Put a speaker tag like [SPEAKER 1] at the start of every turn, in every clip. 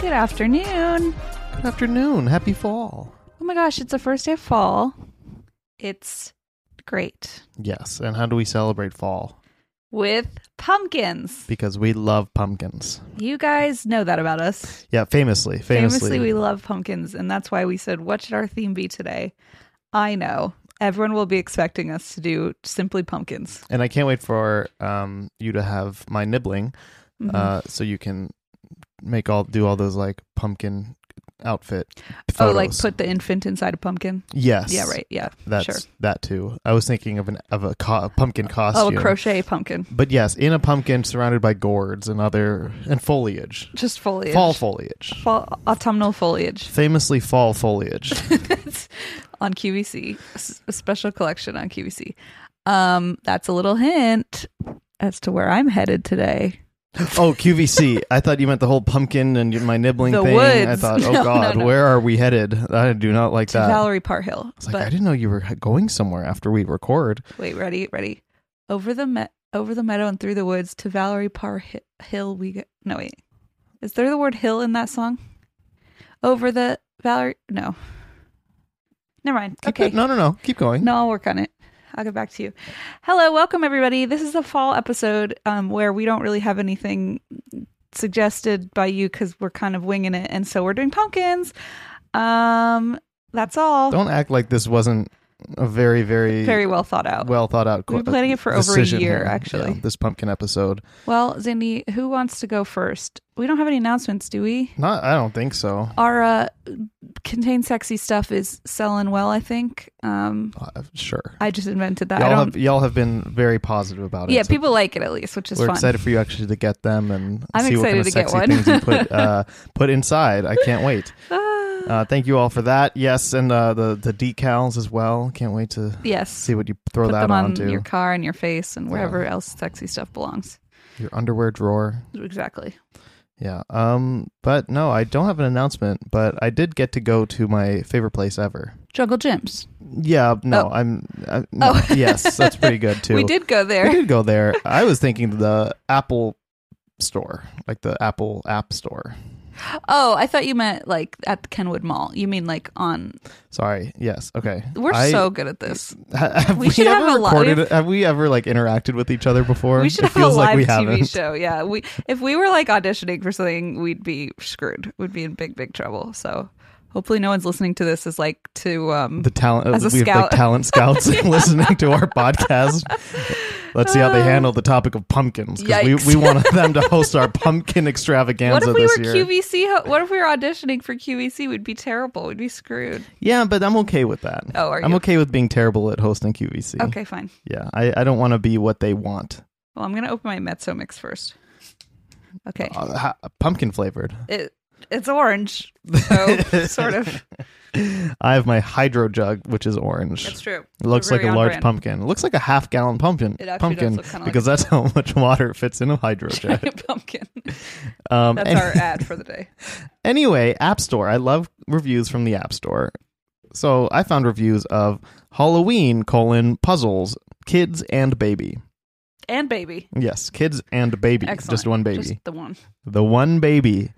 [SPEAKER 1] Good afternoon.
[SPEAKER 2] Afternoon. Happy fall.
[SPEAKER 1] Oh my gosh, it's the first day of fall. It's great.
[SPEAKER 2] Yes. And how do we celebrate fall?
[SPEAKER 1] With pumpkins.
[SPEAKER 2] Because we love pumpkins.
[SPEAKER 1] You guys know that about us.
[SPEAKER 2] Yeah, famously. Famously.
[SPEAKER 1] Famously, we love pumpkins, and that's why we said, What should our theme be today? I know. Everyone will be expecting us to do simply pumpkins.
[SPEAKER 2] and I can't wait for um, you to have my nibbling
[SPEAKER 1] Mm-hmm.
[SPEAKER 2] uh, so you can make all do all those like pumpkin outfit photos.
[SPEAKER 1] Oh, like put the infant inside a pumpkin?
[SPEAKER 2] yes
[SPEAKER 1] Yeah, right. Yeah.
[SPEAKER 2] that's
[SPEAKER 1] sure.
[SPEAKER 2] that too i was thinking of an of a, co- a pumpkin
[SPEAKER 1] Oh,
[SPEAKER 2] costume
[SPEAKER 1] a crochet pumpkin.
[SPEAKER 2] but yes in a pumpkin surrounded by gourds and other and foliage
[SPEAKER 1] Just foliage.
[SPEAKER 2] fall foliage
[SPEAKER 1] Fall- autumnal foliage
[SPEAKER 2] famously fall foliage
[SPEAKER 1] on QVC, S- a special collection on QVC. Um, that's a little hint as to where I'm headed today.
[SPEAKER 2] Oh, QVC. I thought you meant the whole pumpkin and my nibbling
[SPEAKER 1] The
[SPEAKER 2] thing. I
[SPEAKER 1] woods.
[SPEAKER 2] thought, oh
[SPEAKER 1] No, no,
[SPEAKER 2] God,
[SPEAKER 1] no.
[SPEAKER 2] where are we headed? I do not like
[SPEAKER 1] To
[SPEAKER 2] that.
[SPEAKER 1] Valerie Parhill.
[SPEAKER 2] It's like I
[SPEAKER 1] but
[SPEAKER 2] didn't know you were going somewhere after we record.
[SPEAKER 1] wait, ready, ready. Over the me- over the meadow and through the woods to Valerie Parhill Hill we go. No wait, is there the word hill in that song? Over the Valerie. No. Never mind.
[SPEAKER 2] Keep
[SPEAKER 1] okay.
[SPEAKER 2] it- No, no, no. Keep going.
[SPEAKER 1] No, I'll work on it. I'll get back to you. Hello, welcome everybody. This is a fall episode um, where we don't really have anything suggested by you because we're kind of winging it, and so we're doing pumpkins. Um, that's all.
[SPEAKER 2] Don't act like this wasn't a very, very,
[SPEAKER 1] Very well thought out. Well,
[SPEAKER 2] well thought out. uh,
[SPEAKER 1] We've been planning it for over a
[SPEAKER 2] decision
[SPEAKER 1] year,
[SPEAKER 2] here.
[SPEAKER 1] actually.
[SPEAKER 2] Yeah, this pumpkin episode.
[SPEAKER 1] Zandy, who wants to go first? We don't have any announcements, do we?
[SPEAKER 2] Not. I don't think so.
[SPEAKER 1] Our uh, contain sexy stuff is selling well, I think. Um,
[SPEAKER 2] Uh, sure.
[SPEAKER 1] I just invented that. I
[SPEAKER 2] y'all
[SPEAKER 1] don't.
[SPEAKER 2] have y'all have been very positive about it.
[SPEAKER 1] yeah,
[SPEAKER 2] so
[SPEAKER 1] people like it at least, which is
[SPEAKER 2] We're
[SPEAKER 1] fun.
[SPEAKER 2] excited for you actually to get them and
[SPEAKER 1] I'm
[SPEAKER 2] see what kind of
[SPEAKER 1] excited to
[SPEAKER 2] sexy
[SPEAKER 1] get
[SPEAKER 2] things you
[SPEAKER 1] one.
[SPEAKER 2] put uh, put inside. I can't wait.
[SPEAKER 1] Ah.
[SPEAKER 2] Uh, thank you all for that. Yes, and uh, the the decals as well. Can't wait to
[SPEAKER 1] yes.
[SPEAKER 2] see what you throw
[SPEAKER 1] put
[SPEAKER 2] that
[SPEAKER 1] them on
[SPEAKER 2] onto
[SPEAKER 1] your
[SPEAKER 2] your,
[SPEAKER 1] car and your face and wherever else sexy stuff belongs.
[SPEAKER 2] underwear drawer.
[SPEAKER 1] Exactly.
[SPEAKER 2] Yeah. Um. But no, I don't have an announcement. But I did get to go to my favorite place ever.
[SPEAKER 1] Juggle gyms.
[SPEAKER 2] Yeah. No.
[SPEAKER 1] Oh.
[SPEAKER 2] I'm. I, no,
[SPEAKER 1] Oh.
[SPEAKER 2] yes, that's pretty good too.
[SPEAKER 1] We did go
[SPEAKER 2] We
[SPEAKER 1] there.
[SPEAKER 2] did go there. I was thinking the Apple store, like the Apple App Store.
[SPEAKER 1] Oh, I thought you meant like at the Kenwood Mall. You mean like on?
[SPEAKER 2] Sorry. Yes. Okay.
[SPEAKER 1] We're
[SPEAKER 2] I-
[SPEAKER 1] so good at this.
[SPEAKER 2] Ha- Have
[SPEAKER 1] We
[SPEAKER 2] we,
[SPEAKER 1] should have
[SPEAKER 2] ever
[SPEAKER 1] a li-
[SPEAKER 2] recorded? it? have we ever like interacted with each other before?
[SPEAKER 1] We should
[SPEAKER 2] it
[SPEAKER 1] have a
[SPEAKER 2] feels like
[SPEAKER 1] live
[SPEAKER 2] we
[SPEAKER 1] TV
[SPEAKER 2] haven't.
[SPEAKER 1] show. Yeah, we if we were like auditioning for something, we'd be screwed. We'd be in big, big trouble. So hopefully, no one's listening to this is like to um.
[SPEAKER 2] The talent
[SPEAKER 1] As a
[SPEAKER 2] we have
[SPEAKER 1] scout.
[SPEAKER 2] like talent scouts listening to our podcast. Let's see how they handle the topic of pumpkins because we,
[SPEAKER 1] Uh, Yikes.
[SPEAKER 2] we want them to host our pumpkin
[SPEAKER 1] what
[SPEAKER 2] extravaganza
[SPEAKER 1] if we
[SPEAKER 2] this
[SPEAKER 1] were
[SPEAKER 2] year.
[SPEAKER 1] QVC? ho- What if we were auditioning for QVC? We'd be terrible. We'd be screwed.
[SPEAKER 2] yeah, but I'm okay with that.
[SPEAKER 1] Oh, are
[SPEAKER 2] I'm
[SPEAKER 1] you?
[SPEAKER 2] okay with being terrible at hosting QVC.
[SPEAKER 1] Okay, fine.
[SPEAKER 2] Yeah, I, I don't want to be what they want.
[SPEAKER 1] Well, I'm gonna open my mezzo mix first. Okay.
[SPEAKER 2] Uh, ha- pumpkin flavored.
[SPEAKER 1] it it's orange so sort of
[SPEAKER 2] I have my hydro jug, which is orange.
[SPEAKER 1] that's true
[SPEAKER 2] It looks
[SPEAKER 1] We're
[SPEAKER 2] like
[SPEAKER 1] very
[SPEAKER 2] a
[SPEAKER 1] on
[SPEAKER 2] large
[SPEAKER 1] brand.
[SPEAKER 2] pumpkin. It looks like a half gallon pumpkin.
[SPEAKER 1] It actually does
[SPEAKER 2] pumpkin
[SPEAKER 1] look kinda like
[SPEAKER 2] because that's how much water fits in a hydrojet.
[SPEAKER 1] pumpkin
[SPEAKER 2] Um,
[SPEAKER 1] that's
[SPEAKER 2] and-
[SPEAKER 1] our ad for the day
[SPEAKER 2] Anyway, App Store. I love reviews from the App Store. So I found reviews of Halloween colon puzzles, kids and baby.
[SPEAKER 1] and baby
[SPEAKER 2] Yes, kids and baby.
[SPEAKER 1] excellent
[SPEAKER 2] Just one baby.
[SPEAKER 1] Just the one
[SPEAKER 2] The one baby.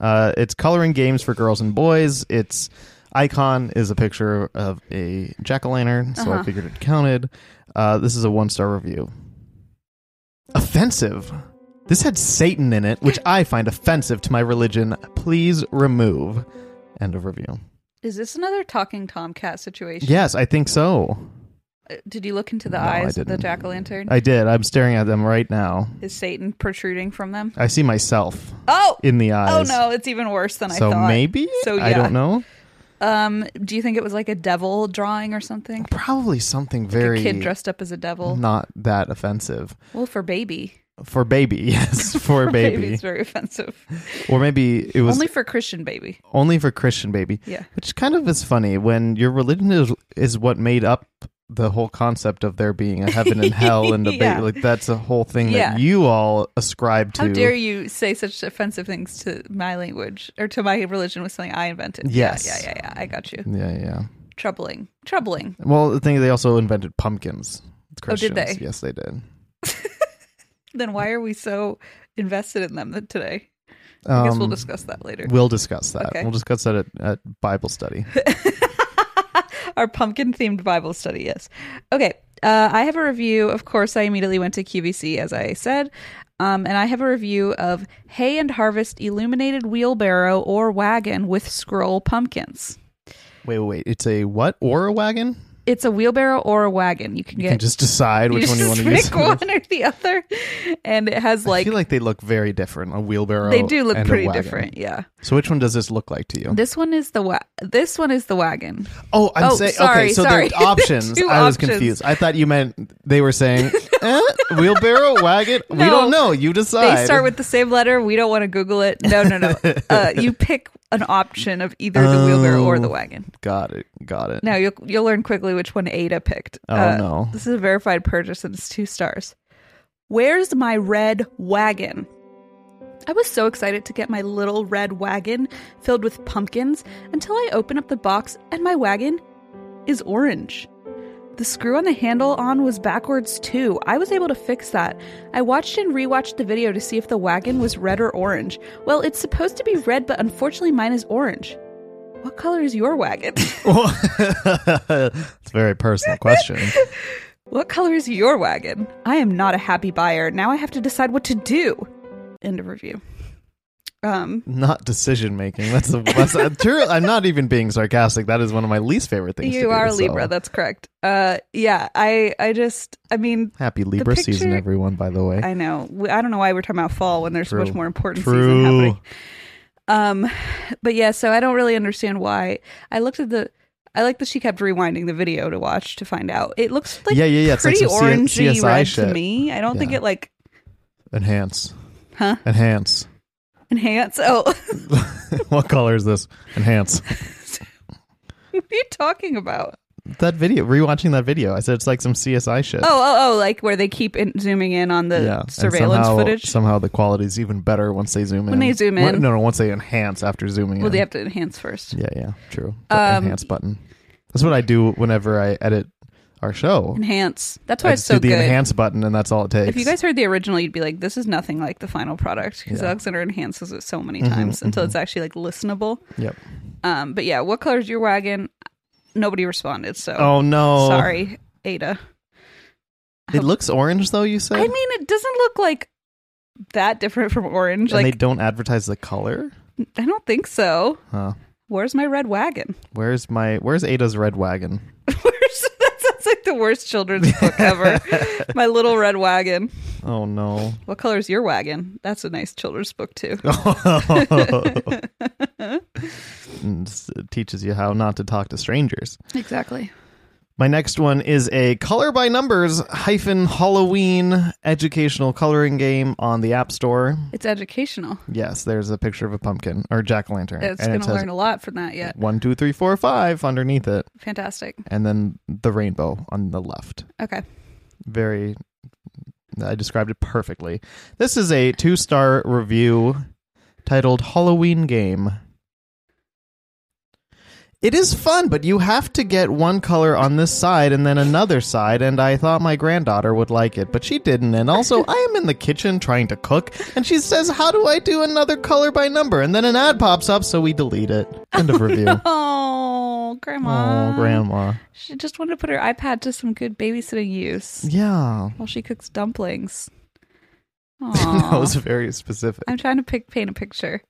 [SPEAKER 2] Uh, it's coloring games for girls and boys. Its icon is a picture of a jack o' lantern, so
[SPEAKER 1] Uh-huh.
[SPEAKER 2] I figured it counted. Uh, this is a one star review. Offensive. This had Satan in it, which I find offensive to my religion. Please remove. End of review.
[SPEAKER 1] Is this another talking tomcat situation?
[SPEAKER 2] Yes, I think so.
[SPEAKER 1] Uh, Did you look into the
[SPEAKER 2] No, I
[SPEAKER 1] eyes of the
[SPEAKER 2] didn't.
[SPEAKER 1] jack o' lantern?
[SPEAKER 2] I did. I'm staring at them right now.
[SPEAKER 1] Is Satan protruding from them?
[SPEAKER 2] I see myself
[SPEAKER 1] Oh!
[SPEAKER 2] in the
[SPEAKER 1] Oh
[SPEAKER 2] eyes.
[SPEAKER 1] no, it's even worse than I
[SPEAKER 2] So
[SPEAKER 1] thought.
[SPEAKER 2] maybe?
[SPEAKER 1] So yeah.
[SPEAKER 2] I don't know.
[SPEAKER 1] Um, do you think it was like a devil drawing or something?
[SPEAKER 2] Probably something
[SPEAKER 1] Like
[SPEAKER 2] very
[SPEAKER 1] a kid dressed up as a devil.
[SPEAKER 2] not that offensive.
[SPEAKER 1] Well, for baby.
[SPEAKER 2] For baby, yes, for, baby.
[SPEAKER 1] It's very offensive.
[SPEAKER 2] Or maybe it was
[SPEAKER 1] Only
[SPEAKER 2] only,
[SPEAKER 1] for Christian baby.
[SPEAKER 2] for Christian baby.
[SPEAKER 1] Yeah.
[SPEAKER 2] Which kind of is funny when your religion is is what made up the whole concept of there being a heaven and hell and a baby.
[SPEAKER 1] Yeah.
[SPEAKER 2] Like that's a whole thing
[SPEAKER 1] Yeah.
[SPEAKER 2] that you all ascribe to.
[SPEAKER 1] How dare you say such offensive things to my language or to my religion with something I invented? Yeah,
[SPEAKER 2] Yes.
[SPEAKER 1] Yeah, yeah, yeah. I got you.
[SPEAKER 2] Yeah, yeah.
[SPEAKER 1] Troubling. Troubling.
[SPEAKER 2] Well, the thing they also invented pumpkins.
[SPEAKER 1] Oh, did
[SPEAKER 2] Christians.
[SPEAKER 1] they?
[SPEAKER 2] Yes, they did.
[SPEAKER 1] Then why are we so invested in them th- today? I guess we'll
[SPEAKER 2] Um,
[SPEAKER 1] discuss that later.
[SPEAKER 2] We'll discuss that.
[SPEAKER 1] Okay.
[SPEAKER 2] We'll discuss that at, at Bible study.
[SPEAKER 1] Our pumpkin themed Bible study, yes. Okay. Uh, I have a review. Of course, I immediately went to QVC, as I said. Um, and I have a review of Hay and Harvest Illuminated Wheelbarrow or Wagon with Scroll Pumpkins.
[SPEAKER 2] wait, wait, wait. It's a what or a wagon?
[SPEAKER 1] It's a wheelbarrow or a wagon. You can
[SPEAKER 2] You
[SPEAKER 1] get
[SPEAKER 2] can just decide which one you want
[SPEAKER 1] just
[SPEAKER 2] to use.
[SPEAKER 1] pick one or the other. And it has
[SPEAKER 2] I
[SPEAKER 1] like,
[SPEAKER 2] feel like they look very different. A wheelbarrow.
[SPEAKER 1] they do look
[SPEAKER 2] and a
[SPEAKER 1] pretty
[SPEAKER 2] wagon.
[SPEAKER 1] different. Yeah.
[SPEAKER 2] So which one does this look like to you?
[SPEAKER 1] This one is the wa- this one is the wagon.
[SPEAKER 2] oh, I'm
[SPEAKER 1] oh,
[SPEAKER 2] saying
[SPEAKER 1] sorry,
[SPEAKER 2] okay. So
[SPEAKER 1] sorry.
[SPEAKER 2] there's options.
[SPEAKER 1] Two
[SPEAKER 2] I was
[SPEAKER 1] options.
[SPEAKER 2] confused. I thought you meant they were saying eh, wheelbarrow wagon. We don't
[SPEAKER 1] No.
[SPEAKER 2] know. You
[SPEAKER 1] They
[SPEAKER 2] decide.
[SPEAKER 1] start with the same letter. We don't want to Google it. No, no, no. uh, you pick an option of either the wheelbarrow or the
[SPEAKER 2] Oh.
[SPEAKER 1] wagon.
[SPEAKER 2] Got it. Got it.
[SPEAKER 1] Now you'll you'll learn quickly which one Ada picked. Uh,
[SPEAKER 2] Oh, no.
[SPEAKER 1] This is a verified purchase and it's two stars. Where's my red wagon? I was so excited to get my little red wagon filled with pumpkins until I open up the box and my wagon is orange. The screw on the handle on was backwards too. I was able to fix that. I watched and rewatched the video to see if the wagon was red or orange. Well, it's supposed to be red, but unfortunately mine is orange. What color is your wagon?
[SPEAKER 2] it's a very personal question.
[SPEAKER 1] What color is your wagon? I am not a happy buyer. Now I have to decide what to do. End of review. Um,
[SPEAKER 2] Not decision making. That's the that's, I'm, true, I'm not even being sarcastic. That is one of my least favorite things. to
[SPEAKER 1] you
[SPEAKER 2] do,
[SPEAKER 1] are a
[SPEAKER 2] so.
[SPEAKER 1] Libra. That's correct. Uh, yeah. I, I just, I mean,
[SPEAKER 2] Happy Libra season,
[SPEAKER 1] picture-
[SPEAKER 2] everyone. By the way,
[SPEAKER 1] I know. We- I don't know why we're talking about fall when there's so much
[SPEAKER 2] True.
[SPEAKER 1] more important season
[SPEAKER 2] true.
[SPEAKER 1] happening. Um, but yeah. So I don't really understand why. I looked at the. I like that she kept rewinding the video to watch to find out. It looks like
[SPEAKER 2] Yeah, yeah, yeah, it's like
[SPEAKER 1] pretty
[SPEAKER 2] some C-
[SPEAKER 1] orangey
[SPEAKER 2] CSI
[SPEAKER 1] red to
[SPEAKER 2] shit.
[SPEAKER 1] me. I don't think
[SPEAKER 2] Yeah.
[SPEAKER 1] it like
[SPEAKER 2] Enhance.
[SPEAKER 1] Huh?
[SPEAKER 2] Enhance.
[SPEAKER 1] enhance. Oh, what
[SPEAKER 2] what color is this? Enhance.
[SPEAKER 1] are you talking about?
[SPEAKER 2] That video, rewatching that video, I said it's like some CSI shit.
[SPEAKER 1] Oh, oh, oh! Like where they keep in, zooming in on the
[SPEAKER 2] and
[SPEAKER 1] surveillance
[SPEAKER 2] somehow,
[SPEAKER 1] footage.
[SPEAKER 2] Somehow the quality's even better once they zoom in.
[SPEAKER 1] When they zoom
[SPEAKER 2] Wha-
[SPEAKER 1] in.
[SPEAKER 2] No, no, once they enhance after zooming
[SPEAKER 1] well,
[SPEAKER 2] in.
[SPEAKER 1] they have to enhance first.
[SPEAKER 2] yeah, yeah, true. The
[SPEAKER 1] Um,
[SPEAKER 2] enhance button. That's what I do whenever I edit our show.
[SPEAKER 1] Enhance. That's why
[SPEAKER 2] I
[SPEAKER 1] it's
[SPEAKER 2] just
[SPEAKER 1] so
[SPEAKER 2] do the
[SPEAKER 1] good.
[SPEAKER 2] enhance button, and that's all it takes.
[SPEAKER 1] if you guys heard the original, you'd be like, "This is nothing like the final product," because
[SPEAKER 2] Yeah. Mm-hmm,
[SPEAKER 1] Alexander enhances it so many times until it's actually like listenable.
[SPEAKER 2] Yep.
[SPEAKER 1] Um, but yeah, what color is your wagon? Nobody responded. So
[SPEAKER 2] Oh, no.
[SPEAKER 1] sorry, Ada.
[SPEAKER 2] It looks orange, though, you said?
[SPEAKER 1] I mean, it doesn't look like that different from orange.
[SPEAKER 2] and they
[SPEAKER 1] Like
[SPEAKER 2] don't advertise the color?
[SPEAKER 1] I don't think so.
[SPEAKER 2] Huh.
[SPEAKER 1] Where's my red wagon?
[SPEAKER 2] Where's my, where's Ada's red wagon?
[SPEAKER 1] Where's, that sounds like the worst children's book ever. my little red wagon.
[SPEAKER 2] Oh, no.
[SPEAKER 1] What color is your wagon? That's a nice children's book too.
[SPEAKER 2] and s- teaches you how not to talk to strangers.
[SPEAKER 1] Exactly.
[SPEAKER 2] My next one is a color by numbers hyphen Halloween educational coloring game on the App Store.
[SPEAKER 1] It's educational.
[SPEAKER 2] Yes, there's a picture of a pumpkin or jack o' lantern.
[SPEAKER 1] It's
[SPEAKER 2] and
[SPEAKER 1] going
[SPEAKER 2] it
[SPEAKER 1] to
[SPEAKER 2] says
[SPEAKER 1] learn a lot from that yet.
[SPEAKER 2] one, two, three, four, five underneath it,
[SPEAKER 1] Fantastic.
[SPEAKER 2] and then the rainbow on the left.
[SPEAKER 1] Okay.
[SPEAKER 2] Very, I described it perfectly. This is a two star review titled Halloween Game. It is fun, but you have to get one color on this side and then another side, and I thought my granddaughter would like it, but she didn't. And also, I am in the kitchen trying to cook, and she says, How do I do another color by number? And then an ad pops up, so we delete it. End of review.
[SPEAKER 1] Oh, grandma.
[SPEAKER 2] Oh, grandma.
[SPEAKER 1] She just wanted to put her iPad to some good babysitting use
[SPEAKER 2] Yeah.
[SPEAKER 1] while she cooks dumplings. Aw.
[SPEAKER 2] that was very specific.
[SPEAKER 1] I'm trying to pick, paint a picture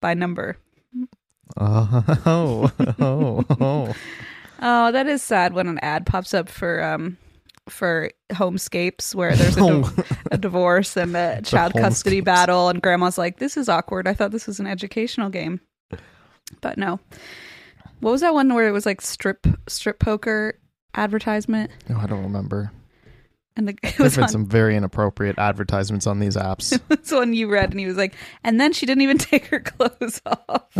[SPEAKER 1] by number.
[SPEAKER 2] Oh, oh, oh.
[SPEAKER 1] Oh, that is sad when an ad pops up for um for homescapes where there's a, di-
[SPEAKER 2] Oh.
[SPEAKER 1] a divorce and a child custody
[SPEAKER 2] homescapes.
[SPEAKER 1] battle, and grandma's like, "This is awkward. I thought this was an educational game, but no." What was that one where it was like strip strip poker advertisement,
[SPEAKER 2] No, I don't remember.
[SPEAKER 1] and the, it
[SPEAKER 2] There's
[SPEAKER 1] was
[SPEAKER 2] been
[SPEAKER 1] on
[SPEAKER 2] some very inappropriate advertisements on these apps.
[SPEAKER 1] this one you read, and he was like, "And then she didn't even take her clothes off."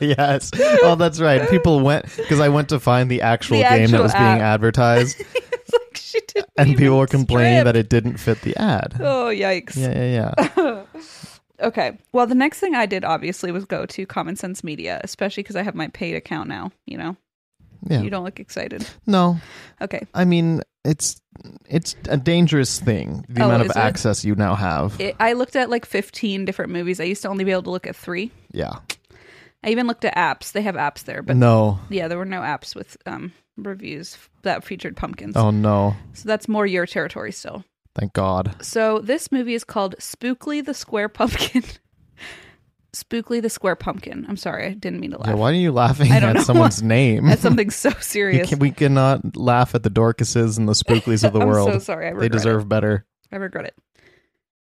[SPEAKER 2] yes. Oh, that's right. People went because I went to find the actual
[SPEAKER 1] The
[SPEAKER 2] game
[SPEAKER 1] actual
[SPEAKER 2] that was
[SPEAKER 1] app.
[SPEAKER 2] being advertised,
[SPEAKER 1] it's like she didn't.
[SPEAKER 2] and
[SPEAKER 1] even
[SPEAKER 2] people were complaining
[SPEAKER 1] strip.
[SPEAKER 2] that it didn't fit the ad.
[SPEAKER 1] Oh yikes!
[SPEAKER 2] Yeah, yeah, yeah.
[SPEAKER 1] Okay. Well, the next thing I did obviously was go to Common Sense Media, especially because I have my paid account now. You know,
[SPEAKER 2] Yeah.
[SPEAKER 1] you don't look excited.
[SPEAKER 2] No,
[SPEAKER 1] Okay.
[SPEAKER 2] I mean it's it's a dangerous thing. The
[SPEAKER 1] Oh,
[SPEAKER 2] amount
[SPEAKER 1] is
[SPEAKER 2] of
[SPEAKER 1] it?
[SPEAKER 2] access you now have.
[SPEAKER 1] It, I looked at like 15 different movies. I used to only be able to look at three.
[SPEAKER 2] yeah.
[SPEAKER 1] I even looked at apps. They have apps there, but
[SPEAKER 2] No.
[SPEAKER 1] yeah, there were no apps with um, reviews f- that featured pumpkins.
[SPEAKER 2] Oh no.
[SPEAKER 1] So that's more your territory still.
[SPEAKER 2] Thank God.
[SPEAKER 1] So this movie is called Spookly the Square Pumpkin. Spookly the Square Pumpkin. I'm sorry. I didn't mean to laugh.
[SPEAKER 2] Yeah, why are you laughing
[SPEAKER 1] I don't
[SPEAKER 2] at
[SPEAKER 1] know.
[SPEAKER 2] someone's name?
[SPEAKER 1] That's something so
[SPEAKER 2] We
[SPEAKER 1] serious.
[SPEAKER 2] can- we cannot laugh at the Dorcases and the Spooklies of the
[SPEAKER 1] I'm
[SPEAKER 2] world.
[SPEAKER 1] so sorry. I
[SPEAKER 2] they
[SPEAKER 1] regret it.
[SPEAKER 2] deserve better.
[SPEAKER 1] I regret it.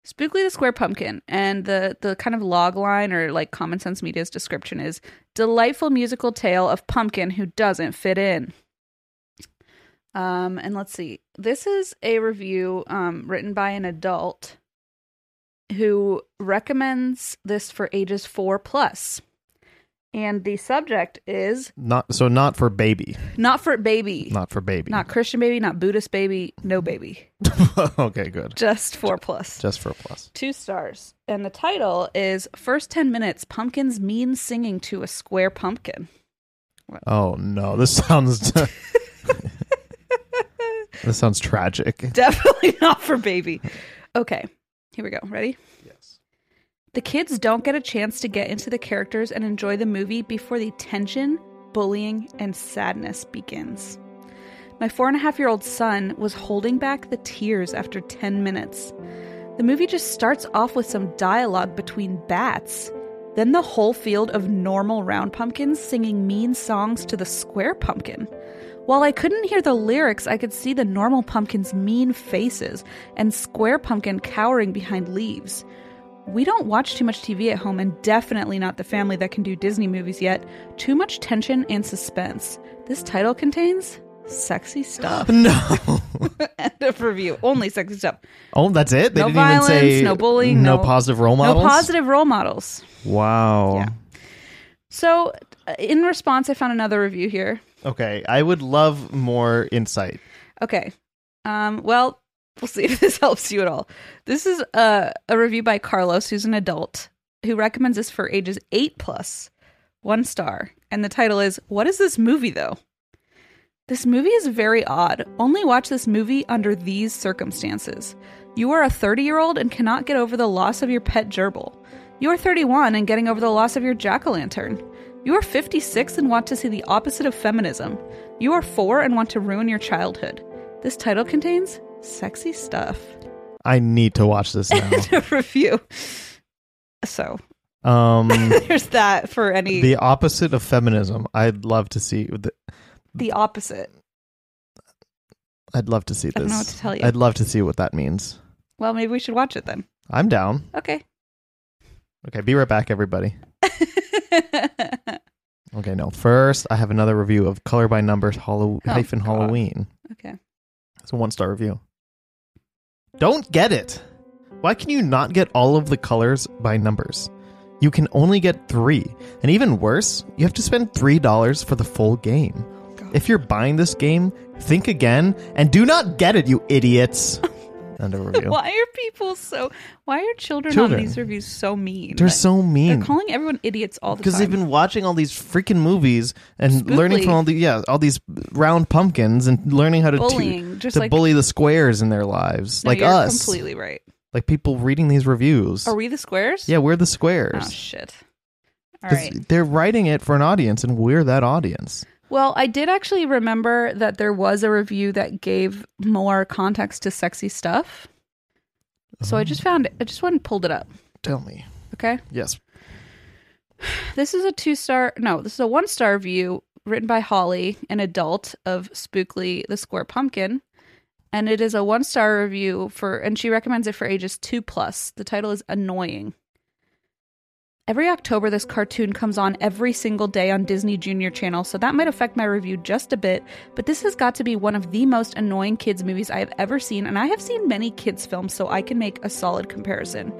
[SPEAKER 1] Spookly the Square Pumpkin and the the kind of log line or like Common Sense Media's description is delightful musical tale of pumpkin who doesn't fit in. Um, and let's see. This is a review um, written by an adult who recommends this for ages four plus. And the subject is
[SPEAKER 2] Not so. Not for baby.
[SPEAKER 1] not for baby,
[SPEAKER 2] Not for baby.
[SPEAKER 1] not Christian baby, not Buddhist baby, no baby,
[SPEAKER 2] okay. Good.
[SPEAKER 1] just four plus.
[SPEAKER 2] Just for a plus.
[SPEAKER 1] Two stars. And the title is First 10 Minutes Pumpkins Mean Singing to a Square Pumpkin.
[SPEAKER 2] Oh no, this sounds. this sounds tragic.
[SPEAKER 1] Definitely not for baby. Okay, here we go. Ready? Yes. The kids don't get a chance to get into the characters and enjoy the movie before the tension, bullying, and sadness begins. My four and a half year old son was holding back the tears after 10 minutes. The movie just starts off with some dialogue between bats, then the whole field of normal round pumpkins singing mean songs to the square pumpkin. While I couldn't hear the lyrics, I could see the normal pumpkin's mean faces and square pumpkin cowering behind leaves. We don't watch too much TV at home, and definitely not the family that can do Disney movies yet. Too much tension and suspense. This title contains sexy stuff.
[SPEAKER 2] No.
[SPEAKER 1] End of review. Only sexy stuff.
[SPEAKER 2] Oh, that's it. They
[SPEAKER 1] no
[SPEAKER 2] didn't
[SPEAKER 1] violence,
[SPEAKER 2] even say
[SPEAKER 1] no bullying,
[SPEAKER 2] no,
[SPEAKER 1] no,
[SPEAKER 2] positive role models.
[SPEAKER 1] No positive role models.
[SPEAKER 2] Wow.
[SPEAKER 1] So, uh, in response, I found another review here.
[SPEAKER 2] Okay, I would love more insight.
[SPEAKER 1] Okay. Um, well, we'll see if this helps you at all. This is a, a review by Carlos, who's an adult, who recommends this for ages 8 plus, one star. And the title is What is this movie, though? This movie is very odd. Only watch this movie under these circumstances. You are a 30 year old and cannot get over the loss of your pet gerbil. You are 31 and getting over the loss of your jack o' lantern. You are 56 and want to see the opposite of feminism. You are 4 and want to ruin your childhood. This title contains sexy stuff.
[SPEAKER 2] I need to watch this now.
[SPEAKER 1] Review. So
[SPEAKER 2] um,
[SPEAKER 1] there's that for any. The,
[SPEAKER 2] the opposite of feminism. I'd love to see. th-
[SPEAKER 1] opposite.
[SPEAKER 2] I'd love to see this.
[SPEAKER 1] I don't know what to tell you.
[SPEAKER 2] I'd love to see what that means.
[SPEAKER 1] Well, maybe we should watch it then.
[SPEAKER 2] I'm down.
[SPEAKER 1] Okay.
[SPEAKER 2] Okay, be right back, everybody. Okay, no. First, I have another review of Color by Numbers Hallow-
[SPEAKER 1] Oh,
[SPEAKER 2] hyphen
[SPEAKER 1] God.
[SPEAKER 2] Halloween.
[SPEAKER 1] okay.
[SPEAKER 2] It's a one star review. Don't get it. Why can you not get all of the colors by numbers? You can only get three. And even worse, you have to spend $3 for the full game. If you're buying this game, think again and do not get it, you idiots. End of review.
[SPEAKER 1] Why are people so? Why are children,
[SPEAKER 2] Children.
[SPEAKER 1] on these reviews so mean?
[SPEAKER 2] They're
[SPEAKER 1] Like,
[SPEAKER 2] so mean.
[SPEAKER 1] They're calling everyone idiots all the time.
[SPEAKER 2] because they've been watching all these freaking movies and
[SPEAKER 1] Spookly.
[SPEAKER 2] learning from all the yeah all these round pumpkins and learning how to
[SPEAKER 1] Bullying,
[SPEAKER 2] to,
[SPEAKER 1] just
[SPEAKER 2] to
[SPEAKER 1] like-
[SPEAKER 2] bully the squares in their lives
[SPEAKER 1] No,
[SPEAKER 2] like
[SPEAKER 1] you're
[SPEAKER 2] us
[SPEAKER 1] Completely right.
[SPEAKER 2] like people reading these reviews
[SPEAKER 1] Are we the squares?
[SPEAKER 2] yeah we're the
[SPEAKER 1] Oh
[SPEAKER 2] squares
[SPEAKER 1] shit. All
[SPEAKER 2] 'Cause
[SPEAKER 1] right.
[SPEAKER 2] they're writing it for an audience and we're that audience
[SPEAKER 1] Well, I did actually remember that there was a review that gave more context to sexy stuff. So I just found it. I just went and pulled it up.
[SPEAKER 2] Tell me.
[SPEAKER 1] Okay.
[SPEAKER 2] Yes.
[SPEAKER 1] This is a two star, no, this is a one star review written by Holly, an adult of Spookly the Square Pumpkin. And it is a one star review for, and she recommends it for ages two plus. The title is Annoying. Every October, this cartoon comes on every single day on Disney Junior Channel, so that might affect my review just a bit, but this has got to be one of the most annoying kids' movies I have ever seen, and I have seen many kids' films, so I can make a solid comparison.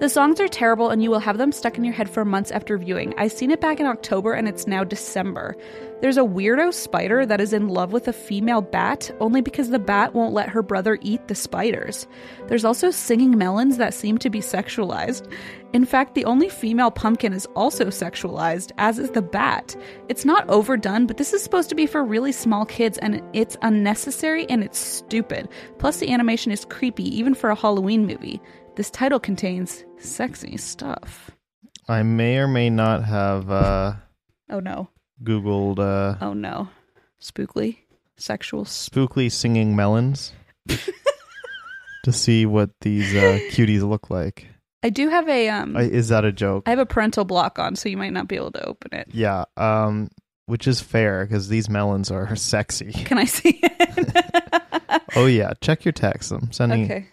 [SPEAKER 1] The songs are terrible, and you will have them stuck in your head for months after viewing. I seen it back in October, and it's now December. There's a weirdo spider that is in love with a female bat, only because the bat won't let her brother eat the spiders. There's also singing melons that seem to be sexualized. In fact, the only female pumpkin is also sexualized, as is the bat. It's not overdone, but this is supposed to be for really small kids, and it's unnecessary and it's stupid. Plus, the animation is creepy, even for a Halloween movie. This title contains sexy stuff.
[SPEAKER 2] I may or may not have uh,
[SPEAKER 1] Oh no.
[SPEAKER 2] Googled uh,
[SPEAKER 1] Oh no. Spookly. Sexual. s-
[SPEAKER 2] spookly singing melons to see what these uh, cuties look like.
[SPEAKER 1] I do have a um.
[SPEAKER 2] I, is that a joke?
[SPEAKER 1] I have a parental block on, so you might not be able to open it.
[SPEAKER 2] yeah. Um, which is fair because these melons are sexy.
[SPEAKER 1] Can I see it?
[SPEAKER 2] Oh yeah, check your text. I'm sending
[SPEAKER 1] okay.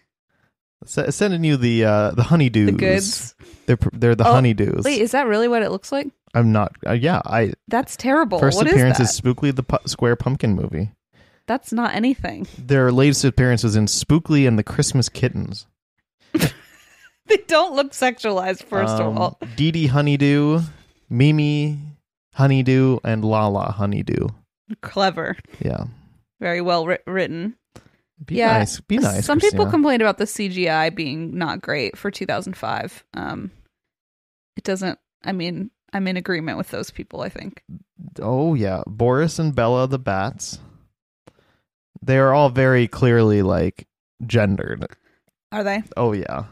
[SPEAKER 2] se- sending you the uh, the honeydews.
[SPEAKER 1] The goods.
[SPEAKER 2] They're pr- they're the
[SPEAKER 1] Oh,
[SPEAKER 2] honeydews.
[SPEAKER 1] Wait, is that really what it looks like?
[SPEAKER 2] I'm not. Uh, yeah, I
[SPEAKER 1] That's terrible.
[SPEAKER 2] first
[SPEAKER 1] What is
[SPEAKER 2] appearance
[SPEAKER 1] that?
[SPEAKER 2] is Spookly the pu- Square Pumpkin movie.
[SPEAKER 1] That's not anything.
[SPEAKER 2] Their latest appearance was in Spookly and the Christmas Kittens.
[SPEAKER 1] They don't look sexualized, first
[SPEAKER 2] Um,
[SPEAKER 1] of all.
[SPEAKER 2] Dee Dee Honeydew, Mimi Honeydew, and Lala Honeydew.
[SPEAKER 1] Clever.
[SPEAKER 2] Yeah,
[SPEAKER 1] Very well writ- written.
[SPEAKER 2] be
[SPEAKER 1] Yeah,
[SPEAKER 2] nice. Be nice.
[SPEAKER 1] Some people
[SPEAKER 2] Christina.
[SPEAKER 1] complained about the CGI being not great for 2005. Um, it doesn't, I mean, I'm in agreement with those people, I think.
[SPEAKER 2] Oh yeah, Boris and Bella the bats. They are all very clearly like gendered.
[SPEAKER 1] Are they?
[SPEAKER 2] Oh yeah.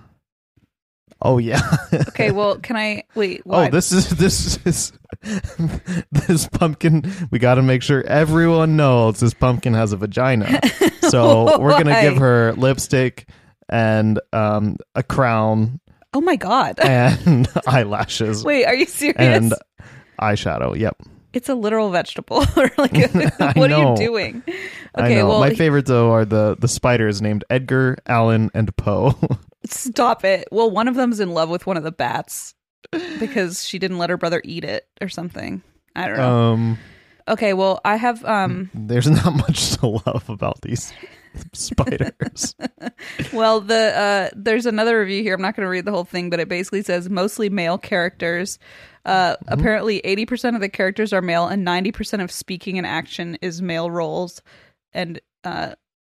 [SPEAKER 2] Oh yeah.
[SPEAKER 1] Okay, well, can I wait?
[SPEAKER 2] oh,
[SPEAKER 1] why-
[SPEAKER 2] this is this is this pumpkin. We got to make sure everyone knows this pumpkin has a vagina. So we're gonna give
[SPEAKER 1] Why?
[SPEAKER 2] her lipstick and um, a crown
[SPEAKER 1] Oh my God.
[SPEAKER 2] and eyelashes
[SPEAKER 1] Wait, are you serious?
[SPEAKER 2] and eyeshadow. Yep.
[SPEAKER 1] It's a literal vegetable. Or like,
[SPEAKER 2] I
[SPEAKER 1] what
[SPEAKER 2] know.
[SPEAKER 1] are you doing? Okay,
[SPEAKER 2] I know.
[SPEAKER 1] well,
[SPEAKER 2] My
[SPEAKER 1] he-
[SPEAKER 2] favorite though are the the spiders named Edgar, Allen, and Poe.
[SPEAKER 1] stop it. Well, one of them's in love with one of the bats because she didn't let her brother eat it or something. I don't know.
[SPEAKER 2] um,
[SPEAKER 1] okay, well, I have um.
[SPEAKER 2] there's not much to love about these spiders.
[SPEAKER 1] Well, the uh, there's another review here. I'm not going to read the whole thing, but it basically says mostly male characters. Uh,
[SPEAKER 2] Mm-hmm.
[SPEAKER 1] Apparently, 80% of the characters are male, and 90% of speaking and action is male roles. And uh,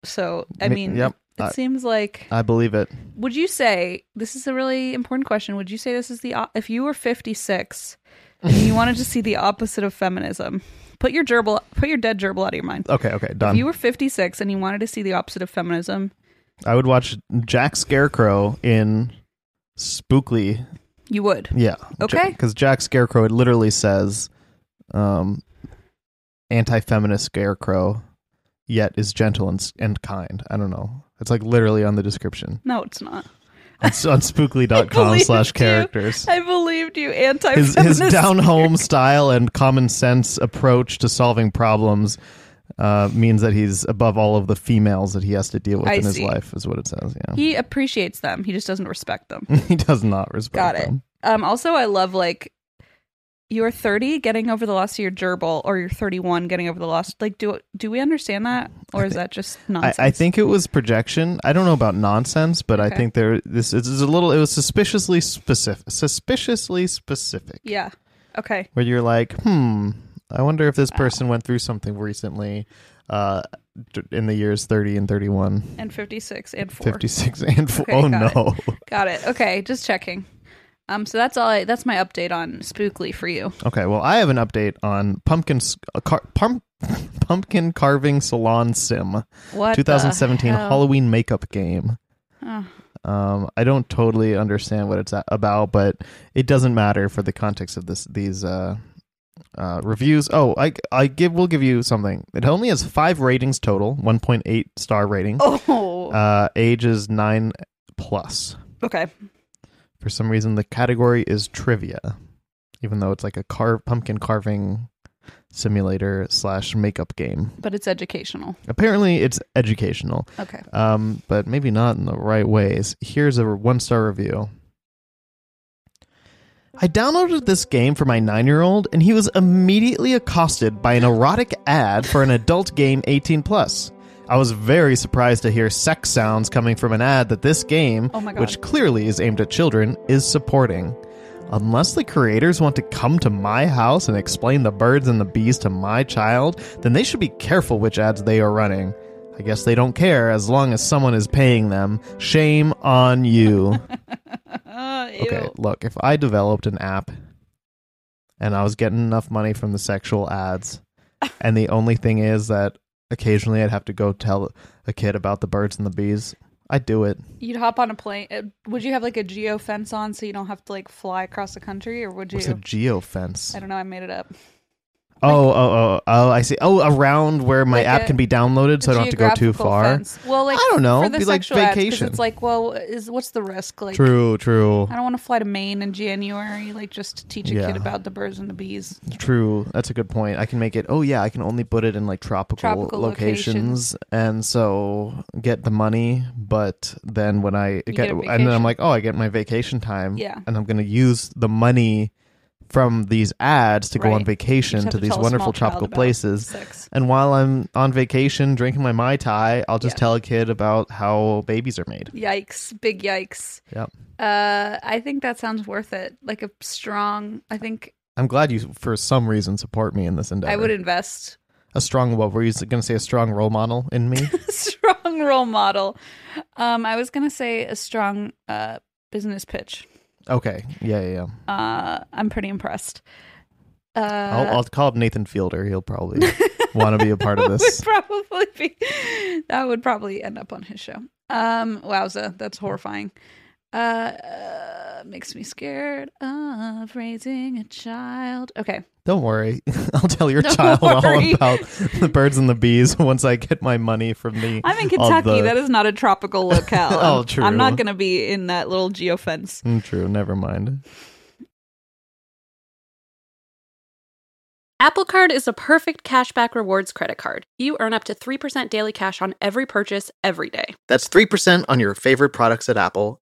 [SPEAKER 1] so, I
[SPEAKER 2] Me-
[SPEAKER 1] mean,
[SPEAKER 2] yep.
[SPEAKER 1] it
[SPEAKER 2] I-
[SPEAKER 1] seems like.
[SPEAKER 2] I believe it.
[SPEAKER 1] Would you say this is a really important question? Would you say this is the op- if you were 56 and you wanted to see the opposite of feminism? Put your gerbil, put your dead gerbil out of your mind.
[SPEAKER 2] Okay, okay, done.
[SPEAKER 1] If you were 56 and you wanted to see the opposite of feminism,
[SPEAKER 2] I would watch Jack Scarecrow in Spookly.
[SPEAKER 1] you would.
[SPEAKER 2] Yeah.
[SPEAKER 1] Okay.
[SPEAKER 2] Because Jack Scarecrow, it literally says, um, anti-feminist Scarecrow, yet is gentle and s- and kind. I don't know. It's like literally on the description
[SPEAKER 1] No, it's not.
[SPEAKER 2] on, s- on spookly.com
[SPEAKER 1] believed
[SPEAKER 2] slash
[SPEAKER 1] you.
[SPEAKER 2] characters.
[SPEAKER 1] I believed you, anti
[SPEAKER 2] His, his
[SPEAKER 1] feminist.
[SPEAKER 2] down home style and common sense approach to solving problems uh, means that he's above all of the females that he has to deal with
[SPEAKER 1] I
[SPEAKER 2] in his
[SPEAKER 1] see.
[SPEAKER 2] life, is what it says. Yeah.
[SPEAKER 1] he appreciates them. He just doesn't respect them.
[SPEAKER 2] he does not respect
[SPEAKER 1] Got it.
[SPEAKER 2] them.
[SPEAKER 1] Um, also, I love like you're 30 getting over the loss of your gerbil, or you're 31 getting over the loss. Like, do do we understand that, or is that just
[SPEAKER 2] I,
[SPEAKER 1] nonsense?
[SPEAKER 2] I think it was projection. I don't know about nonsense, but I
[SPEAKER 1] Okay.
[SPEAKER 2] think there this is a little. It was suspiciously specific. Suspiciously specific.
[SPEAKER 1] Yeah. Okay.
[SPEAKER 2] Where you're like, hmm, I wonder if this person went through something recently, uh, d- in the years thirty and 31,
[SPEAKER 1] And 56 and 4.
[SPEAKER 2] 56 and four.
[SPEAKER 1] Okay,
[SPEAKER 2] oh
[SPEAKER 1] got
[SPEAKER 2] no,
[SPEAKER 1] Got it. Okay, just checking. Um so that's all I that's my update on Spookly for you.
[SPEAKER 2] Okay, well, I have an update on pumpkin s- uh, car- pump, pumpkin carving salon sim,
[SPEAKER 1] What
[SPEAKER 2] 2017
[SPEAKER 1] the hell?
[SPEAKER 2] Halloween makeup game.
[SPEAKER 1] Oh,
[SPEAKER 2] Um, I don't totally understand what it's a- about, but it doesn't matter for the context of this these uh, uh, reviews. Oh, I I give will give you something. It only has five ratings total, 1.8 star ratings.
[SPEAKER 1] Uh, Oh,
[SPEAKER 2] Uh, age is nine plus.
[SPEAKER 1] Okay.
[SPEAKER 2] For some reason, the category is trivia, even though it's like a car- pumpkin carving simulator slash makeup game.
[SPEAKER 1] But it's educational.
[SPEAKER 2] Apparently, it's educational,
[SPEAKER 1] Okay.
[SPEAKER 2] um, but maybe not in the right ways. Here's a one star review. I downloaded this game for my nine year old, and he was immediately accosted by an erotic ad for an adult game 18 plus. I was very surprised to hear sex sounds coming from an ad that this game,
[SPEAKER 1] Oh my God.
[SPEAKER 2] which clearly is aimed at children, is supporting. Unless the creators want to come to my house and explain the birds and the bees to my child, then they should be careful which ads they are running. I guess they don't care as long as someone is paying them. Shame on you.
[SPEAKER 1] Uh,
[SPEAKER 2] Okay,
[SPEAKER 1] ew.
[SPEAKER 2] look, if I developed an app and I was getting enough money from the sexual ads, and the only thing is that occasionally I'd have to go tell a kid about the birds and the bees, I'd do it.
[SPEAKER 1] You'd hop on a plane. uh, Would you have like a geo fence on so you don't have to like fly across the country, or would you?
[SPEAKER 2] What's a geofence?
[SPEAKER 1] I don't know. I made it up.
[SPEAKER 2] Oh, oh, oh, oh, I see. Oh, around where my
[SPEAKER 1] Like
[SPEAKER 2] app
[SPEAKER 1] a-
[SPEAKER 2] can be downloaded so I don't have to go too
[SPEAKER 1] Geographical
[SPEAKER 2] far.
[SPEAKER 1] fence. Well, like
[SPEAKER 2] I don't know,
[SPEAKER 1] For the
[SPEAKER 2] be like
[SPEAKER 1] sexual ads, 'cause
[SPEAKER 2] vacation.
[SPEAKER 1] it's like, well, is what's the risk? Like,
[SPEAKER 2] True, true,
[SPEAKER 1] I don't want to fly to Maine in January, like just to teach a
[SPEAKER 2] Yeah.
[SPEAKER 1] kid about the birds and the bees.
[SPEAKER 2] true. That's a good point. I can make it, oh, yeah, I can only put it in like tropical,
[SPEAKER 1] Tropical
[SPEAKER 2] locations. And so get the money. But then when I get,
[SPEAKER 1] get a
[SPEAKER 2] and then I'm
[SPEAKER 1] vacation.
[SPEAKER 2] like, oh, I get my vacation time.
[SPEAKER 1] Yeah.
[SPEAKER 2] And I'm going to use the money from these ads to go
[SPEAKER 1] Right.
[SPEAKER 2] on
[SPEAKER 1] You
[SPEAKER 2] vacation
[SPEAKER 1] just
[SPEAKER 2] to,
[SPEAKER 1] have to
[SPEAKER 2] these
[SPEAKER 1] tell a small
[SPEAKER 2] wonderful
[SPEAKER 1] child
[SPEAKER 2] tropical
[SPEAKER 1] about
[SPEAKER 2] places.
[SPEAKER 1] Sex.
[SPEAKER 2] And while I'm on vacation drinking my Mai Tai, I'll just
[SPEAKER 1] Yeah.
[SPEAKER 2] tell a kid about how babies are made.
[SPEAKER 1] Yikes! Big yikes.
[SPEAKER 2] Yep.
[SPEAKER 1] Uh, I think that sounds worth it. Like a strong. I think
[SPEAKER 2] I'm glad you, for some reason, support me in this endeavor.
[SPEAKER 1] I would invest.
[SPEAKER 2] A strong, what were you going to say? A strong role model in me?
[SPEAKER 1] strong role model. Um, I was gonna say a strong uh business pitch.
[SPEAKER 2] okay. Yeah, yeah, yeah.
[SPEAKER 1] Uh, I'm pretty impressed. Uh,
[SPEAKER 2] I'll, I'll call up Nathan Fielder. He'll probably want to be a part of
[SPEAKER 1] would
[SPEAKER 2] this.
[SPEAKER 1] probably be that would probably end up on his show. Um, wowza, that's horrifying. Uh, uh, makes me scared of raising a child. Okay,
[SPEAKER 2] Don't worry. I'll tell your
[SPEAKER 1] Don't
[SPEAKER 2] child
[SPEAKER 1] worry.
[SPEAKER 2] all about the birds and the bees once I get my money from the.
[SPEAKER 1] I'm in
[SPEAKER 2] all
[SPEAKER 1] Kentucky.
[SPEAKER 2] the-
[SPEAKER 1] That is not a tropical locale.
[SPEAKER 2] Oh,
[SPEAKER 1] I'm-
[SPEAKER 2] true.
[SPEAKER 1] I'm not going to be in that little geofence.
[SPEAKER 2] Mm, true. Never mind.
[SPEAKER 3] Apple Card is a perfect cashback rewards credit card. You earn up to 3% daily cash on every purchase every day.
[SPEAKER 2] That's 3% on your favorite products at Apple,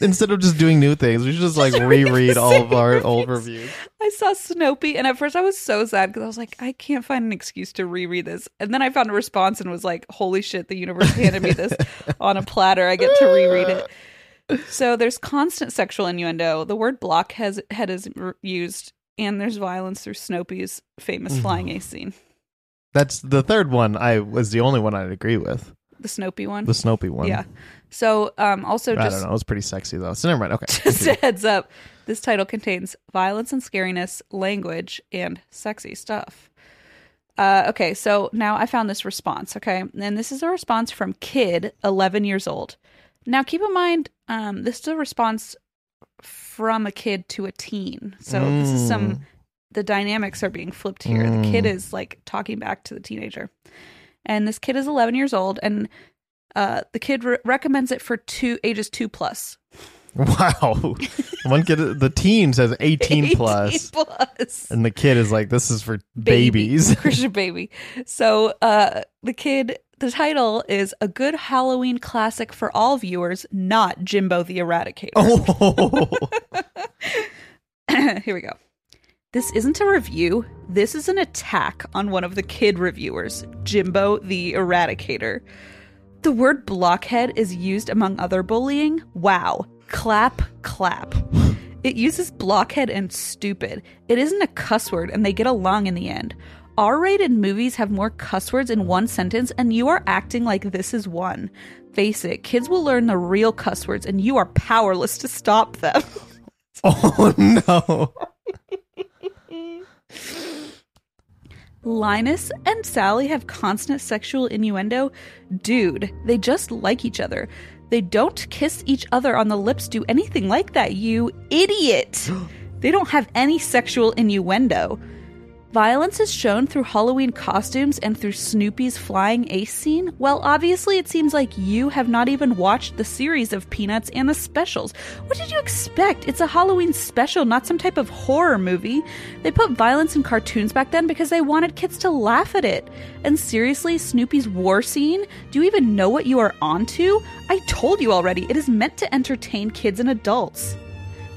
[SPEAKER 2] instead of just doing new things, we should just like reread all of our old reviews.
[SPEAKER 1] I saw Snoopy, and at first I was so sad because I was like, I can't find an excuse to reread this. And then I found a response and was like, Holy shit, the universe handed me this on a platter. I get to reread it. So there's constant sexual innuendo. The word block has head is r- used, and there's violence through Snoopy's
[SPEAKER 2] Mm-hmm.
[SPEAKER 1] famous flying ace scene,
[SPEAKER 2] That's the third one. I was the only one I'd agree with.
[SPEAKER 1] the Snoopy one.
[SPEAKER 2] The Snoopy one.
[SPEAKER 1] Yeah. So um, also
[SPEAKER 2] I
[SPEAKER 1] just
[SPEAKER 2] don't know. It was pretty sexy though. So never mind. Okay.
[SPEAKER 1] just a
[SPEAKER 2] continue.
[SPEAKER 1] heads up, this title contains violence and scariness, language, and sexy stuff. Uh, okay, so now I found this response. Okay, and this is a response from kid, eleven years old. Now keep in mind, um, this is a response from a kid to a teen. So this is some the dynamics are being flipped here. The kid is like talking back to the teenager, and this kid is eleven years old, and uh, the kid re- recommends it for two ages two plus.
[SPEAKER 2] Wow. one kid, the teen says 18 plus,
[SPEAKER 1] 18 plus.
[SPEAKER 2] and the kid is like, "This is for
[SPEAKER 1] Baby.
[SPEAKER 2] babies."
[SPEAKER 1] Christian baby. So uh, the kid, the title is A Good Halloween Classic for All Viewers, Not Jimbo the Eradicator.
[SPEAKER 2] oh.
[SPEAKER 1] Here we go. This isn't a review. This is an attack on one of the kid reviewers, Jimbo the Eradicator. The word blockhead is used among other bullying. Wow. Clap, clap. It uses blockhead and stupid. It isn't a cuss word, and they get along in the end. R rated movies have more cuss words in one sentence, and you are acting like this is one. Face it, kids will learn the real cuss words, and you are powerless to stop them.
[SPEAKER 2] oh no.
[SPEAKER 1] Linus and Sally have constant sexual innuendo. Dude, they just like each other. They don't kiss each other on the lips, do anything like that, you idiot! they don't have any sexual innuendo. Violence is shown through Halloween costumes and through Snoopy's flying ace scene? Well, obviously, it seems like you have not even watched the series of Peanuts and the specials. What did you expect? It's a Halloween special, not some type of horror movie. They put violence in cartoons back then because they wanted kids to laugh at it. And seriously, Snoopy's war scene? Do you even know what you are onto? I told you already, it is meant to entertain kids and adults.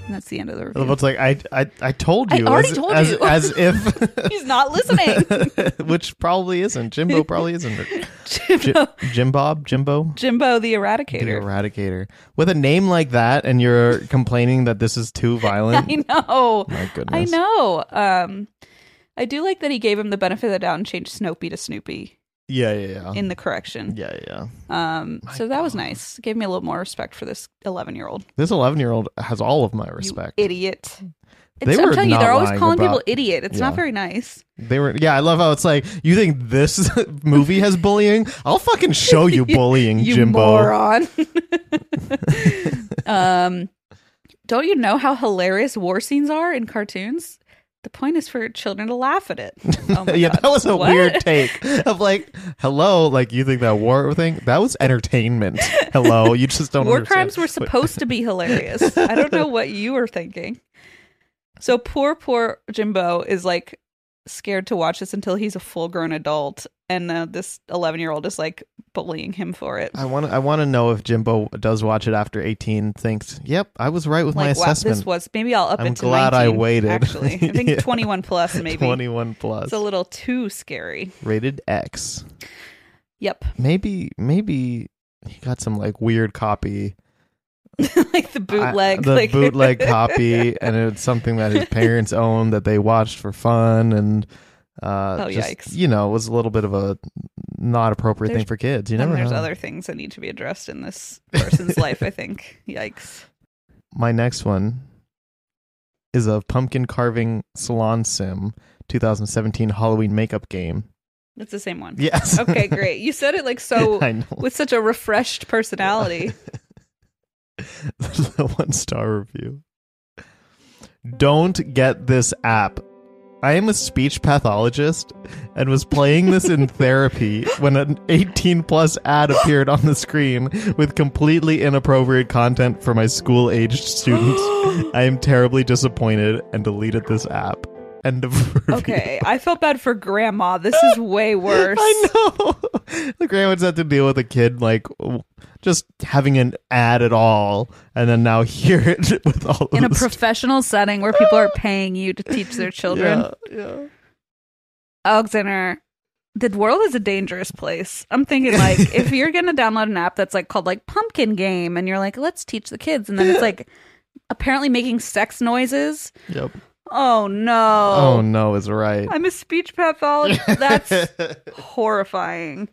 [SPEAKER 1] And that's the end of the review.
[SPEAKER 2] It's like I, I, I told
[SPEAKER 1] I
[SPEAKER 2] you.
[SPEAKER 1] already
[SPEAKER 2] as,
[SPEAKER 1] told
[SPEAKER 2] as,
[SPEAKER 1] you.
[SPEAKER 2] As if.
[SPEAKER 1] He's not listening.
[SPEAKER 2] which probably isn't. Jimbo probably isn't. Jim,
[SPEAKER 1] Jimbo,
[SPEAKER 2] Jim Bob, Jimbo,
[SPEAKER 1] Jimbo the
[SPEAKER 2] the
[SPEAKER 1] Eradicator.
[SPEAKER 2] Eradicator. With a name like that, and you're complaining that this is too violent.
[SPEAKER 1] I know.
[SPEAKER 2] My
[SPEAKER 1] I
[SPEAKER 2] goodness.
[SPEAKER 1] know. Um, I do like that he gave him the benefit of the doubt and changed Snoopy to Snoopy
[SPEAKER 2] Yeah, yeah, yeah.
[SPEAKER 1] in the correction.
[SPEAKER 2] Yeah, yeah.
[SPEAKER 1] Um, so that was nice. Gave me a little more respect for this 11 year old.
[SPEAKER 2] This 11 year old has all of my
[SPEAKER 1] You
[SPEAKER 2] respect.
[SPEAKER 1] idiot.
[SPEAKER 2] They
[SPEAKER 1] It's,
[SPEAKER 2] were
[SPEAKER 1] I'm telling you,
[SPEAKER 2] not
[SPEAKER 1] they're always
[SPEAKER 2] lying
[SPEAKER 1] calling people
[SPEAKER 2] about-
[SPEAKER 1] idiot. It's
[SPEAKER 2] Yeah.
[SPEAKER 1] not very nice.
[SPEAKER 2] They were, yeah, I love how it's like, you think this movie has bullying? I'll fucking show you bullying,
[SPEAKER 1] you
[SPEAKER 2] Jimbo.
[SPEAKER 1] moron. um, don't you know how hilarious war scenes are in cartoons? The point is for children to laugh at it. Oh my
[SPEAKER 2] yeah,
[SPEAKER 1] God.
[SPEAKER 2] that was a
[SPEAKER 1] What?
[SPEAKER 2] weird take of like, hello, like you think that war thing that was entertainment. Hello, you just don't.
[SPEAKER 1] War
[SPEAKER 2] understand.
[SPEAKER 1] crimes were supposed to be hilarious. I don't know what you were thinking. So poor, poor Jimbo is like scared to watch this until he's a full grown adult, and uh, this eleven year old is like bullying him for it.
[SPEAKER 2] I want. I want to know if Jimbo does watch it after eighteen. Thinks, yep, I was right with my
[SPEAKER 1] Like wow,
[SPEAKER 2] assessment.
[SPEAKER 1] this was maybe I'll up
[SPEAKER 2] I'm
[SPEAKER 1] it to
[SPEAKER 2] glad I
[SPEAKER 1] 19,
[SPEAKER 2] waited.
[SPEAKER 1] Actually, I think
[SPEAKER 2] Yeah.
[SPEAKER 1] twenty one plus maybe.
[SPEAKER 2] Twenty-one plus,
[SPEAKER 1] It's a little too scary.
[SPEAKER 2] rated X.
[SPEAKER 1] Yep,
[SPEAKER 2] Maybe, maybe he got some like weird copy,
[SPEAKER 1] like the bootleg,
[SPEAKER 2] I- the
[SPEAKER 1] like
[SPEAKER 2] bootleg copy, and it's something that his parents owned that they watched for fun and. Uh,
[SPEAKER 1] Oh,
[SPEAKER 2] just,
[SPEAKER 1] yikes.
[SPEAKER 2] You know, it was a little bit of a not appropriate
[SPEAKER 1] There's-
[SPEAKER 2] thing for kids. You
[SPEAKER 1] and
[SPEAKER 2] never
[SPEAKER 1] there's
[SPEAKER 2] know.
[SPEAKER 1] other things that need to be addressed in this person's life. I think. Yikes.
[SPEAKER 2] my next one is a pumpkin carving salon sim 2017 Halloween makeup game.
[SPEAKER 1] That's the same one.
[SPEAKER 2] Yes.
[SPEAKER 1] Okay, great. You said it like so
[SPEAKER 2] I know.
[SPEAKER 1] with such a refreshed personality.
[SPEAKER 2] the one star review. Don't get this app. I am a speech pathologist and was playing this in therapy when an 18 plus ad appeared on the screen with completely inappropriate content for my school aged students. I am terribly disappointed and deleted this app. End of review.
[SPEAKER 1] Okay, I felt bad for grandma. This is way worse.
[SPEAKER 2] I know. the grandma's had to deal with a kid like w- just having an ad at all, and then now hear it with all of
[SPEAKER 1] In a
[SPEAKER 2] this-
[SPEAKER 1] professional setting where people are paying you to teach their children.
[SPEAKER 2] Yeah, yeah.
[SPEAKER 1] Alexander, the world is a dangerous place. I'm thinking like if you're gonna download an app that's like called like Pumpkin Game, and you're like, let's teach the kids, and then it's like apparently making sex noises.
[SPEAKER 2] Yep.
[SPEAKER 1] Oh no!
[SPEAKER 2] Oh no, is right.
[SPEAKER 1] I'm a speech pathologist. That's horrifying.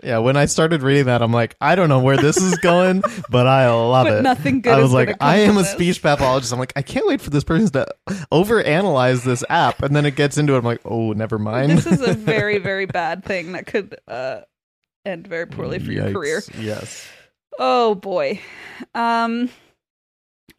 [SPEAKER 2] yeah, when I started reading that, I'm like, I don't know where this is going, but I love
[SPEAKER 1] But
[SPEAKER 2] it.
[SPEAKER 1] nothing good
[SPEAKER 2] I
[SPEAKER 1] is
[SPEAKER 2] was like,
[SPEAKER 1] gonna come
[SPEAKER 2] I am
[SPEAKER 1] from
[SPEAKER 2] a
[SPEAKER 1] this.
[SPEAKER 2] speech pathologist. I'm like, I can't wait for this person to overanalyze this app, and then it gets into it. I'm like, oh, never mind.
[SPEAKER 1] This is a very very bad thing that could uh, end very poorly for your
[SPEAKER 2] Yikes.
[SPEAKER 1] career.
[SPEAKER 2] Yes.
[SPEAKER 1] Oh boy. Um.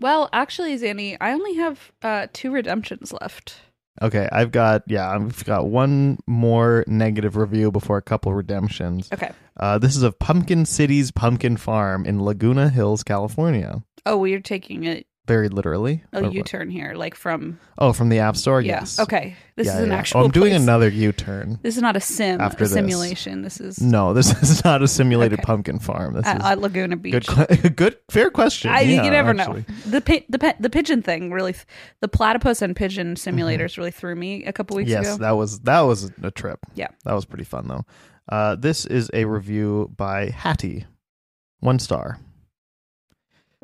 [SPEAKER 1] Well, actually, Zanny, I only have uh, two redemptions left.
[SPEAKER 2] Okay, I've got yeah, I've got one more negative review before a couple redemptions.
[SPEAKER 1] Okay.
[SPEAKER 2] Uh, this is of Pumpkin City's Pumpkin Farm in Laguna Hills, California.
[SPEAKER 1] Oh, well, you're taking a,
[SPEAKER 2] Very literally.
[SPEAKER 1] a
[SPEAKER 2] Or-
[SPEAKER 1] U-turn here, like from
[SPEAKER 2] Oh, from the App Store.
[SPEAKER 1] Oh, yeah.
[SPEAKER 2] Yes.
[SPEAKER 1] Okay, this
[SPEAKER 2] Yeah,
[SPEAKER 1] is an
[SPEAKER 2] yeah.
[SPEAKER 1] actual.
[SPEAKER 2] Oh, I'm doing
[SPEAKER 1] place.
[SPEAKER 2] another U-turn.
[SPEAKER 1] This is not a sim.
[SPEAKER 2] after
[SPEAKER 1] a
[SPEAKER 2] this.
[SPEAKER 1] simulation. This is
[SPEAKER 2] No, this is not a simulated
[SPEAKER 1] Okay.
[SPEAKER 2] pumpkin farm. This
[SPEAKER 1] at,
[SPEAKER 2] is
[SPEAKER 1] at Laguna Beach.
[SPEAKER 2] good. que- good, fair question.
[SPEAKER 1] I,
[SPEAKER 2] Yeah,
[SPEAKER 1] you never
[SPEAKER 2] actually.
[SPEAKER 1] know. The pi- the pe- the pigeon thing really, th- the platypus and pigeon simulators really threw me a couple weeks
[SPEAKER 2] Mm-hmm. yes,
[SPEAKER 1] ago.
[SPEAKER 2] that was that was a trip.
[SPEAKER 1] Yeah.
[SPEAKER 2] that was pretty fun though. Uh, this is a review by Hattie, one star.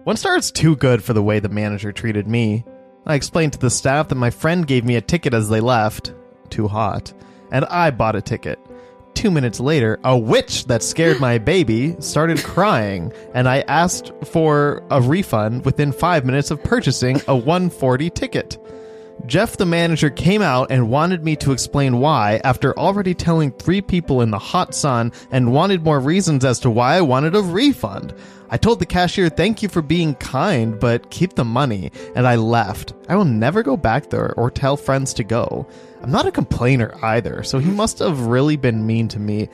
[SPEAKER 2] One star is too good for the way the manager treated me. I explained to the staff that my friend gave me a ticket as they left. Too hot, and I bought a ticket. Two minutes later, a witch that scared my baby started crying, and I asked for a refund within five minutes of purchasing a 140 ticket. Jeff, the manager, came out and wanted me to explain why after already telling three people in the hot sun and wanted more reasons as to why I wanted a refund. I told the cashier, thank you for being kind, but keep the money, and I left. I will never go back there or tell friends to go. I'm not a complainer either, so he must have really been mean to me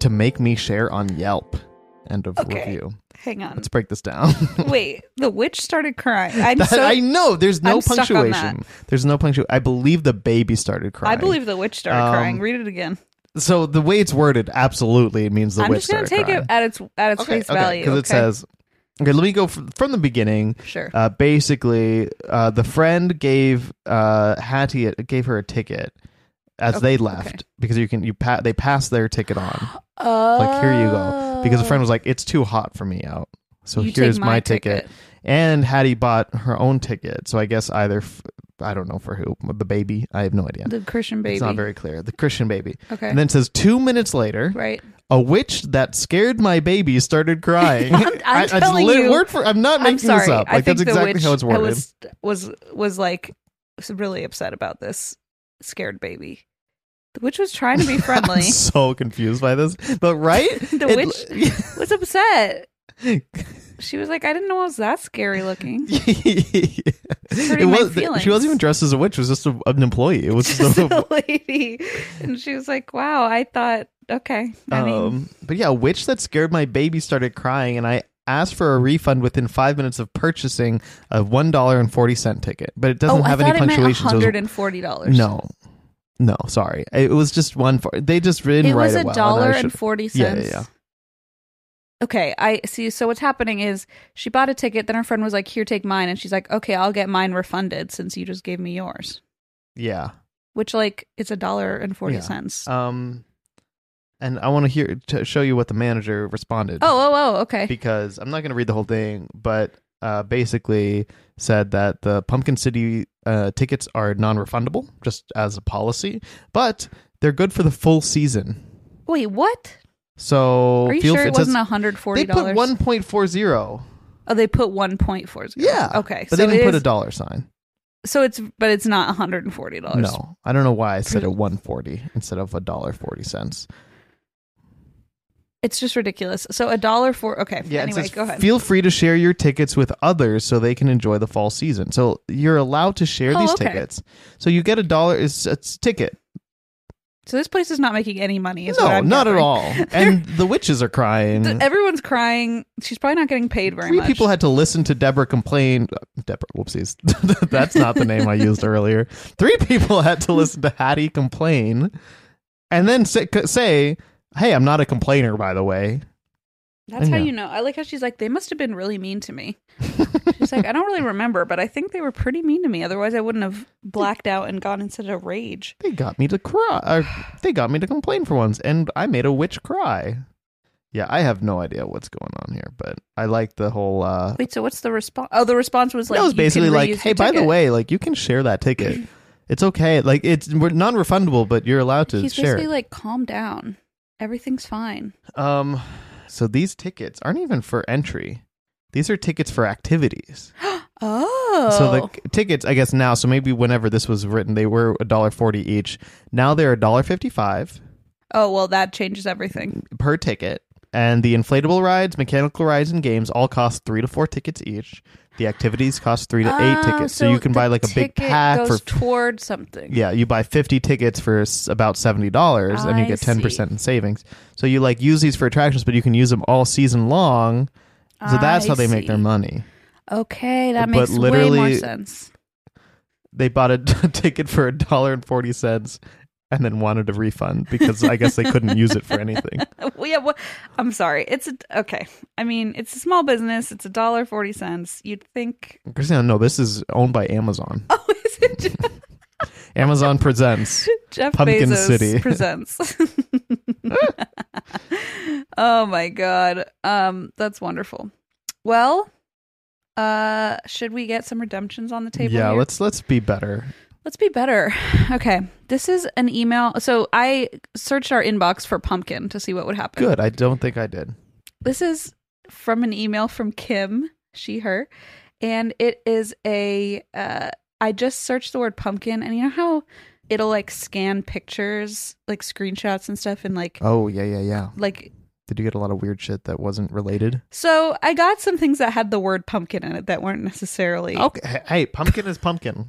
[SPEAKER 2] to make me share on Yelp. End of
[SPEAKER 1] Okay.
[SPEAKER 2] review.
[SPEAKER 1] Hang on.
[SPEAKER 2] Let's break this down.
[SPEAKER 1] Wait, the witch started crying. I'm
[SPEAKER 2] That-
[SPEAKER 1] so.
[SPEAKER 2] I know there's no
[SPEAKER 1] I'm stuck on
[SPEAKER 2] punctuation. There's no punctuation. I believe the baby started
[SPEAKER 1] I
[SPEAKER 2] crying.
[SPEAKER 1] believe the witch started
[SPEAKER 2] Um,
[SPEAKER 1] crying. Read it again.
[SPEAKER 2] so. The way it's worded, absolutely, it means the
[SPEAKER 1] I'm
[SPEAKER 2] witch
[SPEAKER 1] just gonna take
[SPEAKER 2] started crying.
[SPEAKER 1] it at its at its face value
[SPEAKER 2] because it says. Okay, let me go from, from the beginning.
[SPEAKER 1] Sure.
[SPEAKER 2] Uh, basically, uh, the friend gave uh, Hattie a, gave her a ticket as they left because you can you pa- they pass their ticket on.
[SPEAKER 1] oh,
[SPEAKER 2] like here you go because the friend was like it's too hot for me out so
[SPEAKER 1] You
[SPEAKER 2] here's
[SPEAKER 1] take
[SPEAKER 2] my,
[SPEAKER 1] my
[SPEAKER 2] ticket.
[SPEAKER 1] ticket.
[SPEAKER 2] and hattie bought her own ticket so i guess either f- i don't know for who the baby i have no idea
[SPEAKER 1] the Christian baby.
[SPEAKER 2] it's not very clear the christian baby
[SPEAKER 1] Okay.
[SPEAKER 2] and then it says two minutes later
[SPEAKER 1] right.
[SPEAKER 2] a witch that scared my baby started crying
[SPEAKER 1] I'm
[SPEAKER 2] I- it's
[SPEAKER 1] telling you-
[SPEAKER 2] word for i'm not making
[SPEAKER 1] I'm sorry.
[SPEAKER 2] this up
[SPEAKER 1] I
[SPEAKER 2] like
[SPEAKER 1] think
[SPEAKER 2] that's exactly
[SPEAKER 1] the witch
[SPEAKER 2] how it's worded
[SPEAKER 1] Was, was was like was really upset about this scared baby. The witch was trying to be
[SPEAKER 2] i'm
[SPEAKER 1] friendly.
[SPEAKER 2] so confused by this but right
[SPEAKER 1] The was upset.
[SPEAKER 2] witch
[SPEAKER 1] She was like, I didn't know I was that scary looking.
[SPEAKER 2] it
[SPEAKER 1] my
[SPEAKER 2] was, th- she
[SPEAKER 1] feelings.
[SPEAKER 2] wasn't even dressed as a witch. It was just a, an employee. It was just a,
[SPEAKER 1] the lady, and she was like, "Wow, I thought okay." I mean,
[SPEAKER 2] um, but yeah, a witch that scared my baby started crying, and I asked for a refund within five minutes of purchasing a one dollar and forty cent ticket. But it doesn't
[SPEAKER 1] oh,
[SPEAKER 2] have
[SPEAKER 1] I
[SPEAKER 2] any
[SPEAKER 1] thought it meant
[SPEAKER 2] punctuation. so it was-
[SPEAKER 1] hundred and forty dollars.
[SPEAKER 2] no, no, sorry, it was just one. For, they just didn't
[SPEAKER 1] it
[SPEAKER 2] write
[SPEAKER 1] was
[SPEAKER 2] it
[SPEAKER 1] a
[SPEAKER 2] well, and I
[SPEAKER 1] dollar
[SPEAKER 2] should-
[SPEAKER 1] and forty
[SPEAKER 2] Yeah, yeah,
[SPEAKER 1] cents.
[SPEAKER 2] yeah.
[SPEAKER 1] Okay, I see. So what's happening is she bought a ticket. Then her friend was like, "Here, take mine," and she's like, "Okay, I'll get mine refunded since you just gave me yours."
[SPEAKER 2] yeah.
[SPEAKER 1] Which like it's a dollar and forty
[SPEAKER 2] Yeah.
[SPEAKER 1] cents.
[SPEAKER 2] Um, and I want to hear to show you what the manager responded.
[SPEAKER 1] oh, oh, oh. Okay.
[SPEAKER 2] because I'm not going to read the whole thing, but uh, basically said that the Pumpkin City uh, tickets are non-refundable, just as a policy, but they're good for the full season.
[SPEAKER 1] Wait, what?
[SPEAKER 2] So
[SPEAKER 1] Are you
[SPEAKER 2] feel
[SPEAKER 1] sure
[SPEAKER 2] free-
[SPEAKER 1] it
[SPEAKER 2] says-
[SPEAKER 1] wasn't hundred forty
[SPEAKER 2] They put
[SPEAKER 1] dollars?
[SPEAKER 2] one point four zero.
[SPEAKER 1] Oh, they put one point four zero.
[SPEAKER 2] Yeah.
[SPEAKER 1] Okay. so
[SPEAKER 2] But they didn't
[SPEAKER 1] it
[SPEAKER 2] put
[SPEAKER 1] is-
[SPEAKER 2] a dollar sign.
[SPEAKER 1] So it's but it's not one hundred and forty dollars.
[SPEAKER 2] No, I don't know why I said a one forty instead of a dollar forty cents.
[SPEAKER 1] It's just ridiculous. So a dollar for okay.
[SPEAKER 2] Yeah, it
[SPEAKER 1] anyway,
[SPEAKER 2] says,
[SPEAKER 1] go ahead.
[SPEAKER 2] Feel free to share your tickets with others so they can enjoy the fall season. So you're allowed to share
[SPEAKER 1] Oh,
[SPEAKER 2] these
[SPEAKER 1] okay.
[SPEAKER 2] tickets. So you get a dollar. It's, it's a ticket.
[SPEAKER 1] so this place is not making any money. Is what
[SPEAKER 2] No,
[SPEAKER 1] I'm
[SPEAKER 2] not at
[SPEAKER 1] gathering.
[SPEAKER 2] all. And the witches are crying.
[SPEAKER 1] Th- Everyone's crying. She's probably not getting paid very
[SPEAKER 2] Mm-hmm. Three
[SPEAKER 1] much.
[SPEAKER 2] people had to listen to Deborah complain. uh, Deborah, whoopsies. That's not the name I used earlier. Three people had to listen to Hattie complain and then say, say hey, I'm not a complainer, by the way.
[SPEAKER 1] That's how
[SPEAKER 2] Yeah.
[SPEAKER 1] you know. I like how she's like, they must have been really mean to me. she's like, I don't really remember, but I think they were pretty mean to me. Otherwise, I wouldn't have blacked out and gone into a rage.
[SPEAKER 2] They got me to cry. Or they got me to complain for once, and I made a witch cry. Yeah, I have no idea what's going on here, but I like the whole. uh
[SPEAKER 1] Wait, so what's the response? Oh, the response was like,
[SPEAKER 2] That was
[SPEAKER 1] "You can
[SPEAKER 2] basically like,
[SPEAKER 1] reuse
[SPEAKER 2] hey,
[SPEAKER 1] your
[SPEAKER 2] by the
[SPEAKER 1] ticket."
[SPEAKER 2] way, like you can share that ticket. It's okay. Like it's we're non-refundable, but you're allowed to
[SPEAKER 1] he's
[SPEAKER 2] share.
[SPEAKER 1] basically
[SPEAKER 2] it.
[SPEAKER 1] like, calm down, everything's fine.
[SPEAKER 2] Um, so these tickets aren't even for entry. These are tickets for activities.
[SPEAKER 1] Oh,
[SPEAKER 2] So the c- tickets, I guess now, so maybe whenever this was written, they were a dollar forty each. Now they're a dollar fifty-five
[SPEAKER 1] oh well, that changes everything.
[SPEAKER 2] per ticket, and the inflatable rides, mechanical rides, and games all cost three to four tickets each. The activities cost three to eight
[SPEAKER 1] Oh,
[SPEAKER 2] tickets, so, you can
[SPEAKER 1] the
[SPEAKER 2] buy like a
[SPEAKER 1] ticket
[SPEAKER 2] big pack for.
[SPEAKER 1] goes toward something.
[SPEAKER 2] yeah, you buy 50 tickets for s- about $70 and you
[SPEAKER 1] I
[SPEAKER 2] get 10% in savings. So you like use these for attractions, but you can use them all season long. So that's
[SPEAKER 1] I
[SPEAKER 2] how they make their
[SPEAKER 1] see.
[SPEAKER 2] money.
[SPEAKER 1] Okay, that
[SPEAKER 2] But
[SPEAKER 1] makes way more
[SPEAKER 2] literally-
[SPEAKER 1] sense.
[SPEAKER 2] they bought a ticket for a dollar and forty cents and then wanted a refund because I guess they couldn't use it for anything.
[SPEAKER 1] well, yeah, well, I'm sorry. It's a, okay. I mean, it's a small business. It's a dollar forty cents. You'd think.
[SPEAKER 2] Christina, no, this is owned by Amazon.
[SPEAKER 1] Oh, is it Jeff,
[SPEAKER 2] Amazon presents.
[SPEAKER 1] Jeff
[SPEAKER 2] Pumpkin
[SPEAKER 1] Bezos
[SPEAKER 2] City.
[SPEAKER 1] presents? oh my god, um, that's wonderful. Well, uh, should we get some redemptions on the table?
[SPEAKER 2] yeah,
[SPEAKER 1] here?
[SPEAKER 2] let's let's be better.
[SPEAKER 1] Let's be better. Okay, this is an email. So I searched our inbox for pumpkin to see what would happen.
[SPEAKER 2] Good. I don't think I did.
[SPEAKER 1] This is from an email from Kim, she, her, and it is a. Uh, I just searched the word pumpkin, and you know how it'll like scan pictures, like screenshots and stuff, and like
[SPEAKER 2] Oh yeah, yeah, yeah.
[SPEAKER 1] like.
[SPEAKER 2] Did you get a lot of weird shit that wasn't related?
[SPEAKER 1] So I got some things that had the word pumpkin in it that weren't necessarily.
[SPEAKER 2] Okay. Hey, pumpkin is pumpkin.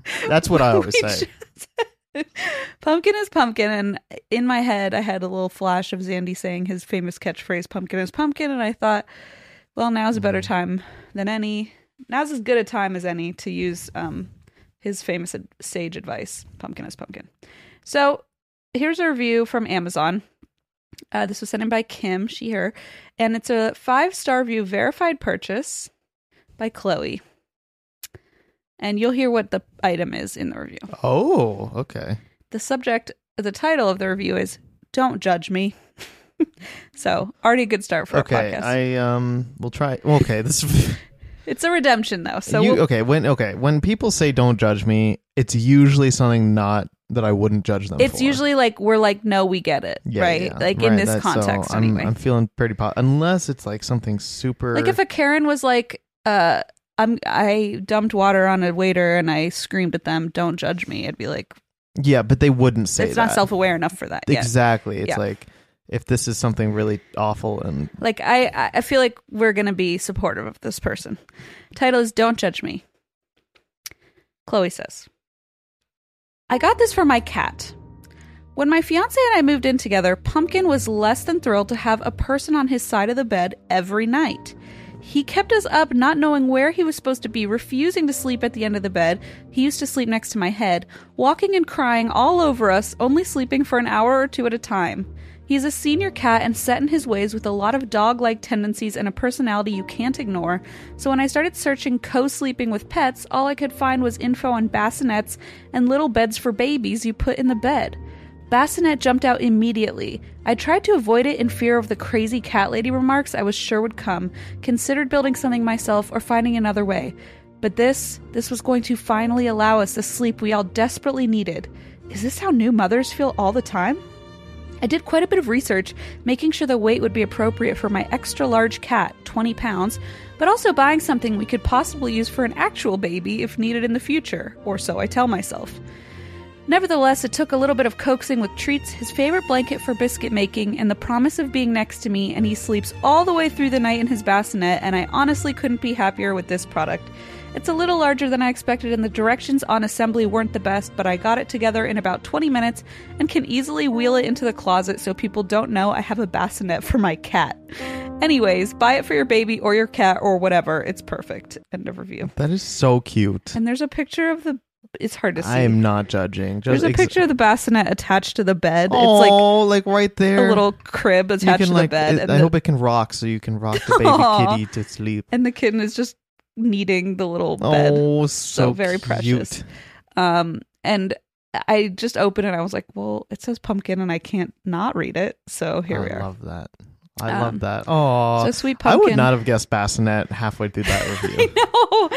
[SPEAKER 2] That's what I always
[SPEAKER 1] We
[SPEAKER 2] say.
[SPEAKER 1] just- pumpkin is pumpkin, and in my head, I had a little flash of Zandy saying his famous catchphrase, "Pumpkin is pumpkin," and I thought, well, now's a better time than any. Now's as good a time as any to use um, his famous ad- sage advice, "Pumpkin is pumpkin." So here's a review from Amazon. Uh, this was sent in by Kim, she, her, and it's a five star review verified purchase by Chloe. And you'll hear what the item is in the review.
[SPEAKER 2] Oh, okay.
[SPEAKER 1] The subject, the title of the review is "Don't Judge Me." so already a good start for
[SPEAKER 2] okay.
[SPEAKER 1] our podcast.
[SPEAKER 2] I um will try. Okay, this
[SPEAKER 1] It's a redemption though, so
[SPEAKER 2] you,
[SPEAKER 1] we'll-
[SPEAKER 2] okay, when okay, when people say don't judge me, it's usually something not that I wouldn't judge them.
[SPEAKER 1] it's
[SPEAKER 2] for.
[SPEAKER 1] usually like we're like, no, we get it,
[SPEAKER 2] Yeah,
[SPEAKER 1] right?
[SPEAKER 2] yeah,
[SPEAKER 1] Like
[SPEAKER 2] right,
[SPEAKER 1] in this
[SPEAKER 2] that- so
[SPEAKER 1] context,
[SPEAKER 2] I'm,
[SPEAKER 1] anyway.
[SPEAKER 2] I'm feeling pretty po- unless it's like something super.
[SPEAKER 1] like if a Karen was like, uh, "I'm I dumped water on a waiter and I screamed at them, don't judge me," I'd be like,
[SPEAKER 2] yeah, but they wouldn't say
[SPEAKER 1] it's not
[SPEAKER 2] that.
[SPEAKER 1] self-aware enough for that. yet.
[SPEAKER 2] Exactly. It's
[SPEAKER 1] Yeah.
[SPEAKER 2] like if this is something really awful and
[SPEAKER 1] Like I, I- I feel like we're gonna be supportive of this person. Title is "Don't Judge Me." Chloe says, "I got this for my cat. When my fiance and I moved in together, Pumpkin was less than thrilled to have a person on his side of the bed every night. He kept us up, not knowing where he was supposed to be, refusing to sleep at the end of the bed. He used to sleep next to my head, walking and crying all over us, only sleeping for an hour or two at a time." He's a senior cat and set in his ways with a lot of dog like tendencies and a personality you can't ignore. So when I started searching co sleeping with pets, all I could find was info on bassinets and little beds for babies you put in the bed. Bassinet jumped out immediately. I tried to avoid it in fear of the crazy cat lady remarks I was sure would come, considered building something myself or finding another way. But this, this was going to finally allow us the sleep we all desperately needed. Is this how new mothers feel all the time? I did quite a bit of research, making sure the weight would be appropriate for my extra large cat, 20 pounds, but also buying something we could possibly use for an actual baby if needed in the future, or so I tell myself. Nevertheless, it took a little bit of coaxing with treats, his favorite blanket for biscuit making, and the promise of being next to me, and he sleeps all the way through the night in his bassinet, and I honestly couldn't be happier with this product. It's a little larger than I expected, and the directions on assembly weren't the best, but I got it together in about 20 minutes and can easily wheel it into the closet so people don't know I have a bassinet for my cat. Anyways, buy it for your baby or your cat or whatever. It's perfect. End of review.
[SPEAKER 4] That is so cute.
[SPEAKER 1] And there's a picture of the. It's hard to see.
[SPEAKER 4] I am not judging.
[SPEAKER 1] There's
[SPEAKER 4] Just
[SPEAKER 1] a
[SPEAKER 4] ex-
[SPEAKER 1] picture of the bassinet attached to the bed. it's
[SPEAKER 4] Oh, like, right
[SPEAKER 1] like
[SPEAKER 4] there.
[SPEAKER 1] a little crib
[SPEAKER 4] You
[SPEAKER 1] attached
[SPEAKER 4] can
[SPEAKER 1] to
[SPEAKER 4] like.
[SPEAKER 1] the bed,
[SPEAKER 4] it-
[SPEAKER 1] and,
[SPEAKER 4] I
[SPEAKER 1] the,
[SPEAKER 4] hope it can rock, so you can rock the
[SPEAKER 1] Aw.
[SPEAKER 4] baby kitty to sleep.
[SPEAKER 1] and the kitten is just kneading the little bed.
[SPEAKER 4] Oh, so,
[SPEAKER 1] very precious.
[SPEAKER 4] cute.
[SPEAKER 1] Um, and I just opened it. and I was like, well, it says pumpkin, and I can't not read it. So here
[SPEAKER 4] I
[SPEAKER 1] we are.
[SPEAKER 4] love that. I
[SPEAKER 1] Um,
[SPEAKER 4] love that. Oh,
[SPEAKER 1] so sweet
[SPEAKER 4] I
[SPEAKER 1] pumpkin.
[SPEAKER 4] would not have guessed bassinet halfway through that review.
[SPEAKER 1] no,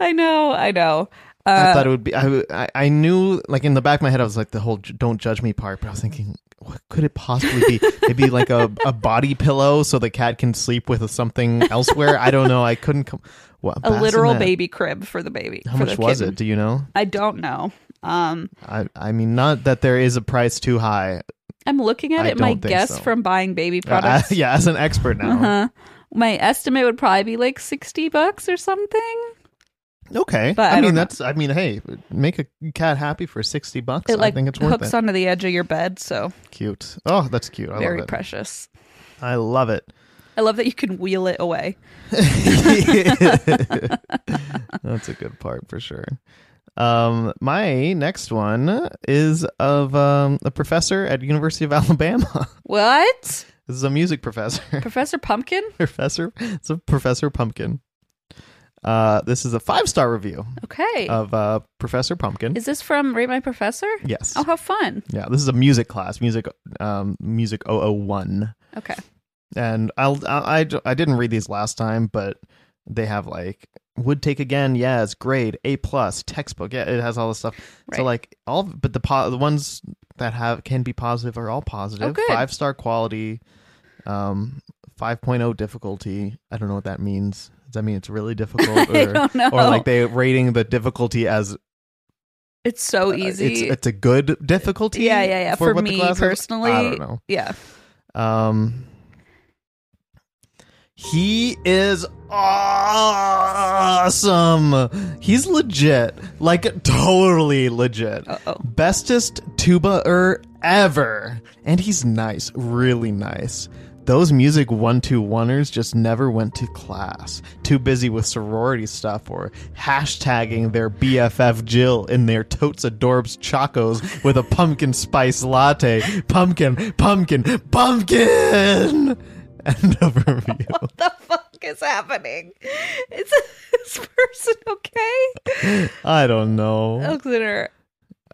[SPEAKER 1] I know, I know.
[SPEAKER 4] I
[SPEAKER 1] Uh,
[SPEAKER 4] thought it would be. I, w- I- I knew, like in the back of my head, I was like the whole j- "don't judge me" part, but I was thinking, what could it possibly be? Maybe like a, a body pillow so the cat can sleep with something elsewhere. I don't know. I couldn't come. What,
[SPEAKER 1] a literal
[SPEAKER 4] bassinet.
[SPEAKER 1] baby crib for the baby.
[SPEAKER 4] How
[SPEAKER 1] for
[SPEAKER 4] much
[SPEAKER 1] the
[SPEAKER 4] was
[SPEAKER 1] kitten.
[SPEAKER 4] it? Do you know?
[SPEAKER 1] I don't know. Um,
[SPEAKER 4] I I mean, not that there is a price too high. uh,
[SPEAKER 1] I'm looking at
[SPEAKER 4] I
[SPEAKER 1] it. My
[SPEAKER 4] don't think
[SPEAKER 1] guess
[SPEAKER 4] so.
[SPEAKER 1] from buying baby
[SPEAKER 4] Uh,
[SPEAKER 1] products.
[SPEAKER 4] I- yeah, as an expert now.
[SPEAKER 1] Uh-huh. My estimate would probably be like 60 bucks or something.
[SPEAKER 4] Okay,
[SPEAKER 1] But I
[SPEAKER 4] I
[SPEAKER 1] don't
[SPEAKER 4] mean
[SPEAKER 1] know.
[SPEAKER 4] that's. I mean, hey, make a cat happy for sixty bucks.
[SPEAKER 1] It like
[SPEAKER 4] I think it's worth
[SPEAKER 1] hooks
[SPEAKER 4] it.
[SPEAKER 1] onto the edge of your bed, so
[SPEAKER 4] cute. Oh, that's cute. I
[SPEAKER 1] very
[SPEAKER 4] love it.
[SPEAKER 1] precious.
[SPEAKER 4] I love it.
[SPEAKER 1] I love that you can wheel it away.
[SPEAKER 4] That's a good part for sure. Um, my next one is of um, a professor at University of Alabama.
[SPEAKER 1] What?
[SPEAKER 4] this is a music professor.
[SPEAKER 1] Professor Pumpkin?
[SPEAKER 4] professor, it's a Professor Pumpkin. Uh, this is a five star review
[SPEAKER 1] Okay.
[SPEAKER 4] of uh, Professor Pumpkin.
[SPEAKER 1] Is this from Rate My Professor?
[SPEAKER 4] yes.
[SPEAKER 1] Oh, how fun.
[SPEAKER 4] Yeah, this is a music class, music, um, music 001.
[SPEAKER 1] Okay.
[SPEAKER 4] and I'll, I, I I didn't read these last time, but they have like would take again, yeah, it's grade A plus textbook, yeah, it has all this stuff.
[SPEAKER 1] Right.
[SPEAKER 4] So like all, but the po- the ones that have can be positive are all positive,
[SPEAKER 1] Oh, good.
[SPEAKER 4] five star quality, um, 5.0 difficulty. I don't know what that means. Does that mean it's really difficult, or,
[SPEAKER 1] I don't know.
[SPEAKER 4] or like they rating the difficulty as uh,
[SPEAKER 1] it's so
[SPEAKER 4] it's,
[SPEAKER 1] easy.
[SPEAKER 4] uh, it's a good difficulty?
[SPEAKER 1] yeah, yeah, yeah. For,
[SPEAKER 4] what the
[SPEAKER 1] me
[SPEAKER 4] class is?
[SPEAKER 1] personally.
[SPEAKER 4] I don't know.
[SPEAKER 1] Yeah.
[SPEAKER 4] Um, he is awesome. He's legit, like totally legit.
[SPEAKER 1] Uh-oh.
[SPEAKER 4] Bestest tuba-er ever, and he's nice, really nice. Those music one two oneers just never went to class. Too busy with sorority stuff or hashtagging their BFF Jill in their totes adorbs chacos with a pumpkin spice latte. Pumpkin, pumpkin, pumpkin! End of review.
[SPEAKER 1] The fuck is happening? Is this person okay?
[SPEAKER 4] I don't know.
[SPEAKER 1] Alexander,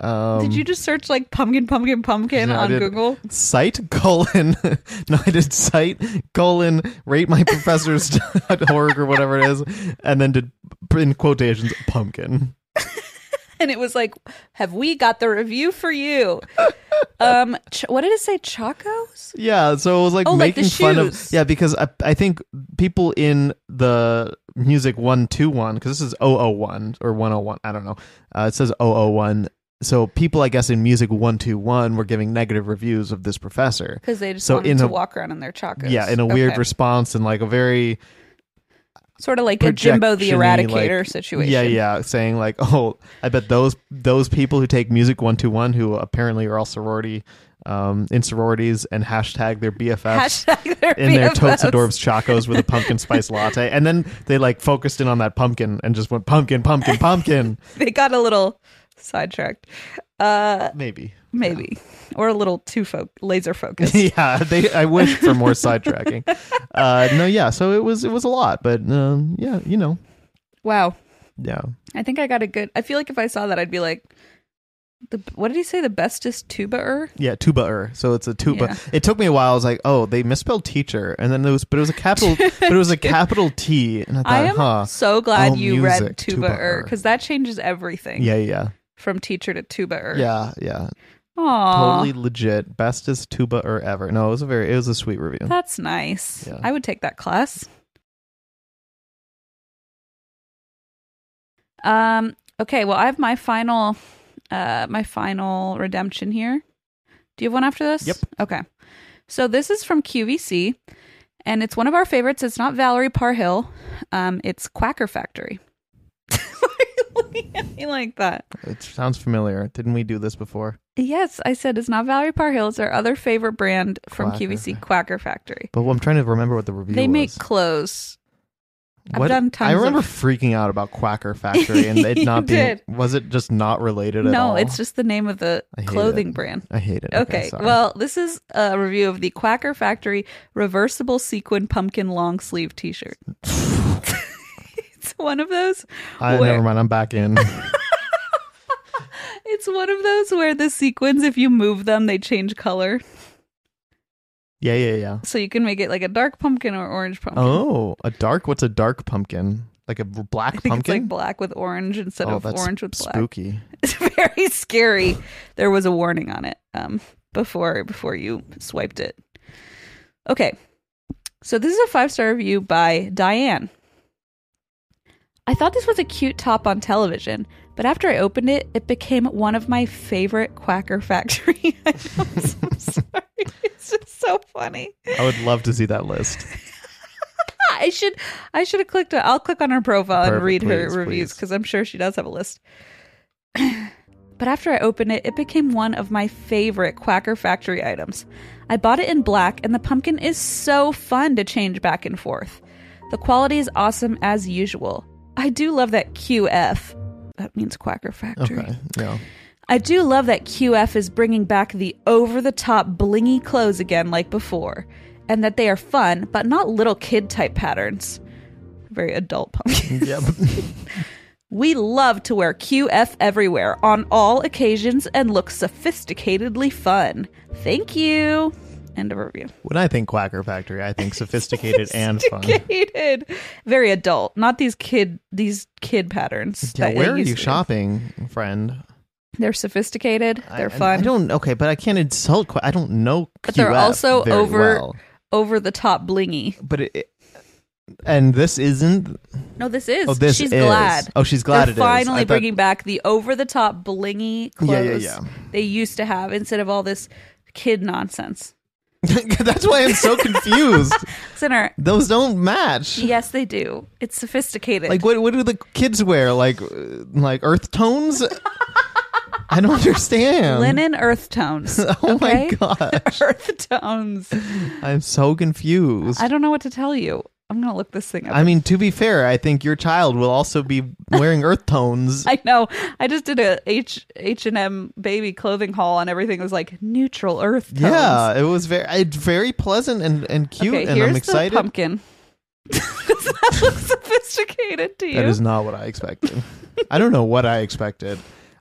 [SPEAKER 4] Um,
[SPEAKER 1] did you just search like pumpkin, pumpkin, pumpkin
[SPEAKER 4] No, I
[SPEAKER 1] on
[SPEAKER 4] did-
[SPEAKER 1] Google?
[SPEAKER 4] Site colon. no, I did site colon rate my professors dot org or whatever it is, and then did in quotations pumpkin.
[SPEAKER 1] and it was like, "Have we got the review for you?" um, ch- what did it say? Chacos?
[SPEAKER 4] Yeah, so it was like
[SPEAKER 1] Oh, like the
[SPEAKER 4] making fun of
[SPEAKER 1] shoes.
[SPEAKER 4] yeah because I I think people in the music one two one because this is 001 or one oh one I don't know uh, it says 001 so people I guess in music one two one were giving negative reviews of this professor
[SPEAKER 1] Because they just
[SPEAKER 4] So
[SPEAKER 1] wanted
[SPEAKER 4] in
[SPEAKER 1] to
[SPEAKER 4] a-
[SPEAKER 1] walk around in their chacos.
[SPEAKER 4] yeah in a weird
[SPEAKER 1] Okay.
[SPEAKER 4] response and like a very
[SPEAKER 1] sort of like a Jimbo the
[SPEAKER 4] projection-y,
[SPEAKER 1] Eradicator
[SPEAKER 4] like-
[SPEAKER 1] situation.
[SPEAKER 4] Yeah, yeah, saying like, "Oh, I bet those those people who take music one to one, who apparently are all sorority um, in sororities and hashtag their BFFs
[SPEAKER 1] Hashtag their
[SPEAKER 4] in their
[SPEAKER 1] BFFs.
[SPEAKER 4] totes adorbs chacos with a pumpkin spice latte," and then they like focused in on that pumpkin and just went pumpkin, pumpkin, pumpkin.
[SPEAKER 1] They got a little sidetracked, uh,
[SPEAKER 4] Maybe.
[SPEAKER 1] maybe, or a little too fo- laser focused.
[SPEAKER 4] yeah, they. I wish for more sidetracking. Uh, no, yeah. So it was it was a lot, but um, yeah, you know,
[SPEAKER 1] wow,
[SPEAKER 4] yeah.
[SPEAKER 1] I think I got a good. I feel like if I saw that, I'd be like. The, what did he say? The bestest tuba-er?
[SPEAKER 4] Yeah, tuba-er. So it's a tuba.
[SPEAKER 1] Yeah.
[SPEAKER 4] It took me a while. I was like, oh, they misspelled teacher, and then there was, but it was a capital, but it was a capital T, and I thought,
[SPEAKER 1] I am
[SPEAKER 4] huh,
[SPEAKER 1] so glad
[SPEAKER 4] Oh,
[SPEAKER 1] you read
[SPEAKER 4] music,
[SPEAKER 1] tuba-er
[SPEAKER 4] tuba-er.
[SPEAKER 1] because that changes everything
[SPEAKER 4] yeah, yeah,
[SPEAKER 1] from teacher to tuba-er.
[SPEAKER 4] yeah, yeah,
[SPEAKER 1] Aw,
[SPEAKER 4] totally legit. Bestest tuba-er ever. No, it was a very, it was a sweet review.
[SPEAKER 1] That's nice.
[SPEAKER 4] Yeah.
[SPEAKER 1] I would take that class. Um. Okay. Well, I have my final uh, my final redemption here. Do you have one after this?
[SPEAKER 2] Yep.
[SPEAKER 1] Okay. So this is from QVC, and it's one of our favorites. It's not Valerie Parhill. Um, it's Quacker Factory. Looking at me like that.
[SPEAKER 2] It sounds familiar. Didn't we do this before?
[SPEAKER 1] Yes, I said it's not Valerie Parhill. It's our other favorite brand from
[SPEAKER 2] Quacker
[SPEAKER 1] QVC, Quacker Factory.
[SPEAKER 2] But I'm trying to remember what the review
[SPEAKER 1] They
[SPEAKER 2] was.
[SPEAKER 1] make clothes. I've
[SPEAKER 2] What-
[SPEAKER 1] done tons
[SPEAKER 2] I remember
[SPEAKER 1] of-
[SPEAKER 2] freaking out about Quacker Factory and it
[SPEAKER 1] You
[SPEAKER 2] not being.
[SPEAKER 1] did.
[SPEAKER 2] Was it just not related at
[SPEAKER 1] no,
[SPEAKER 2] all?
[SPEAKER 1] it's just the name of the
[SPEAKER 2] I hate
[SPEAKER 1] clothing
[SPEAKER 2] it.
[SPEAKER 1] brand.
[SPEAKER 2] I hate it.
[SPEAKER 1] Okay,
[SPEAKER 2] sorry.
[SPEAKER 1] well, this is a review of the Quacker Factory reversible sequin pumpkin long sleeve t shirt. it's one of those.
[SPEAKER 2] I,
[SPEAKER 1] where-
[SPEAKER 2] never mind. I'm back in.
[SPEAKER 1] It's one of those where the sequins, if you move them, they change color.
[SPEAKER 2] yeah, yeah, yeah.
[SPEAKER 1] So you can make it like a dark pumpkin or orange pumpkin.
[SPEAKER 2] Oh, a dark. What's a dark pumpkin? Like a b- black
[SPEAKER 1] I think
[SPEAKER 2] pumpkin?
[SPEAKER 1] it's like black with orange instead
[SPEAKER 2] oh,
[SPEAKER 1] of
[SPEAKER 2] that's
[SPEAKER 1] orange with black.
[SPEAKER 2] spooky.
[SPEAKER 1] It's very scary. There was a warning on it um, before before you swiped it. Okay, so this is a five star review by Diane. I thought this was a cute top on television, but after I opened it, it became one of my favorite Quacker Factory items. I'm sorry, it's just so funny.
[SPEAKER 2] I would love to see that list.
[SPEAKER 1] I should I should have clicked. I'll click on her profile and
[SPEAKER 2] Perfect,
[SPEAKER 1] read
[SPEAKER 2] please,
[SPEAKER 1] her reviews
[SPEAKER 2] please.
[SPEAKER 1] because I'm sure she does have a list. but after I opened it, it became one of my favorite Quacker Factory items. I bought it in black, and the pumpkin is so fun to change back and forth. The quality is awesome as usual. I do love that QF. That means Quacker Factory.
[SPEAKER 2] Okay. Yeah.
[SPEAKER 1] I do love that QF is bringing back the over the top blingy clothes again, like before, and that they are fun, but not little kid type patterns. Very adult pumpkin.
[SPEAKER 2] Yep.
[SPEAKER 1] We love to wear QF everywhere on all occasions and look sophisticatedly fun. Thank you. End of review.
[SPEAKER 2] when I think Quacker Factory, I think sophisticated and fun.
[SPEAKER 1] Sophisticated. Very adult. Not these kid these kid patterns.
[SPEAKER 2] Yeah,
[SPEAKER 1] that
[SPEAKER 2] where
[SPEAKER 1] it
[SPEAKER 2] are
[SPEAKER 1] used
[SPEAKER 2] you
[SPEAKER 1] to be.
[SPEAKER 2] shopping, friend?
[SPEAKER 1] They're sophisticated. They're
[SPEAKER 2] I,
[SPEAKER 1] fun.
[SPEAKER 2] I don't. Okay, but I can't insult. Qu- I don't know.
[SPEAKER 1] but they're
[SPEAKER 2] QF
[SPEAKER 1] also
[SPEAKER 2] very
[SPEAKER 1] over
[SPEAKER 2] well.
[SPEAKER 1] over the top blingy.
[SPEAKER 2] But it, it- and this isn't.
[SPEAKER 1] No, this is.
[SPEAKER 2] Oh, this
[SPEAKER 1] She's
[SPEAKER 2] is.
[SPEAKER 1] glad.
[SPEAKER 2] Oh, she's glad
[SPEAKER 1] They're
[SPEAKER 2] it is. I
[SPEAKER 1] finally
[SPEAKER 2] thought-
[SPEAKER 1] bringing back the over the top blingy
[SPEAKER 2] Yeah, yeah,
[SPEAKER 1] clothes
[SPEAKER 2] yeah.
[SPEAKER 1] they used to have instead of all this kid nonsense.
[SPEAKER 2] That's why I'm so confused.
[SPEAKER 1] It's in our.
[SPEAKER 2] Those don't match.
[SPEAKER 1] Yes, they do. It's sophisticated.
[SPEAKER 2] Like what? What do the kids wear? Like, uh, like earth tones? I don't understand.
[SPEAKER 1] Linen earth tones.
[SPEAKER 2] Oh my
[SPEAKER 1] okay?
[SPEAKER 2] gosh!
[SPEAKER 1] Earth tones.
[SPEAKER 2] I'm so confused.
[SPEAKER 1] I don't know what to tell you. I'm gonna look this thing up.
[SPEAKER 2] I mean, to be fair, I think your child will also be wearing earth tones.
[SPEAKER 1] I know. I just did a H H and M baby clothing haul, and everything was like neutral earth tones.
[SPEAKER 2] Yeah, it was very, it's very pleasant and and cute,
[SPEAKER 1] Okay,
[SPEAKER 2] and
[SPEAKER 1] here's
[SPEAKER 2] I'm
[SPEAKER 1] the
[SPEAKER 2] excited.
[SPEAKER 1] pumpkin. Does that look sophisticated to you?
[SPEAKER 2] That is not what I expected. I don't know what I expected.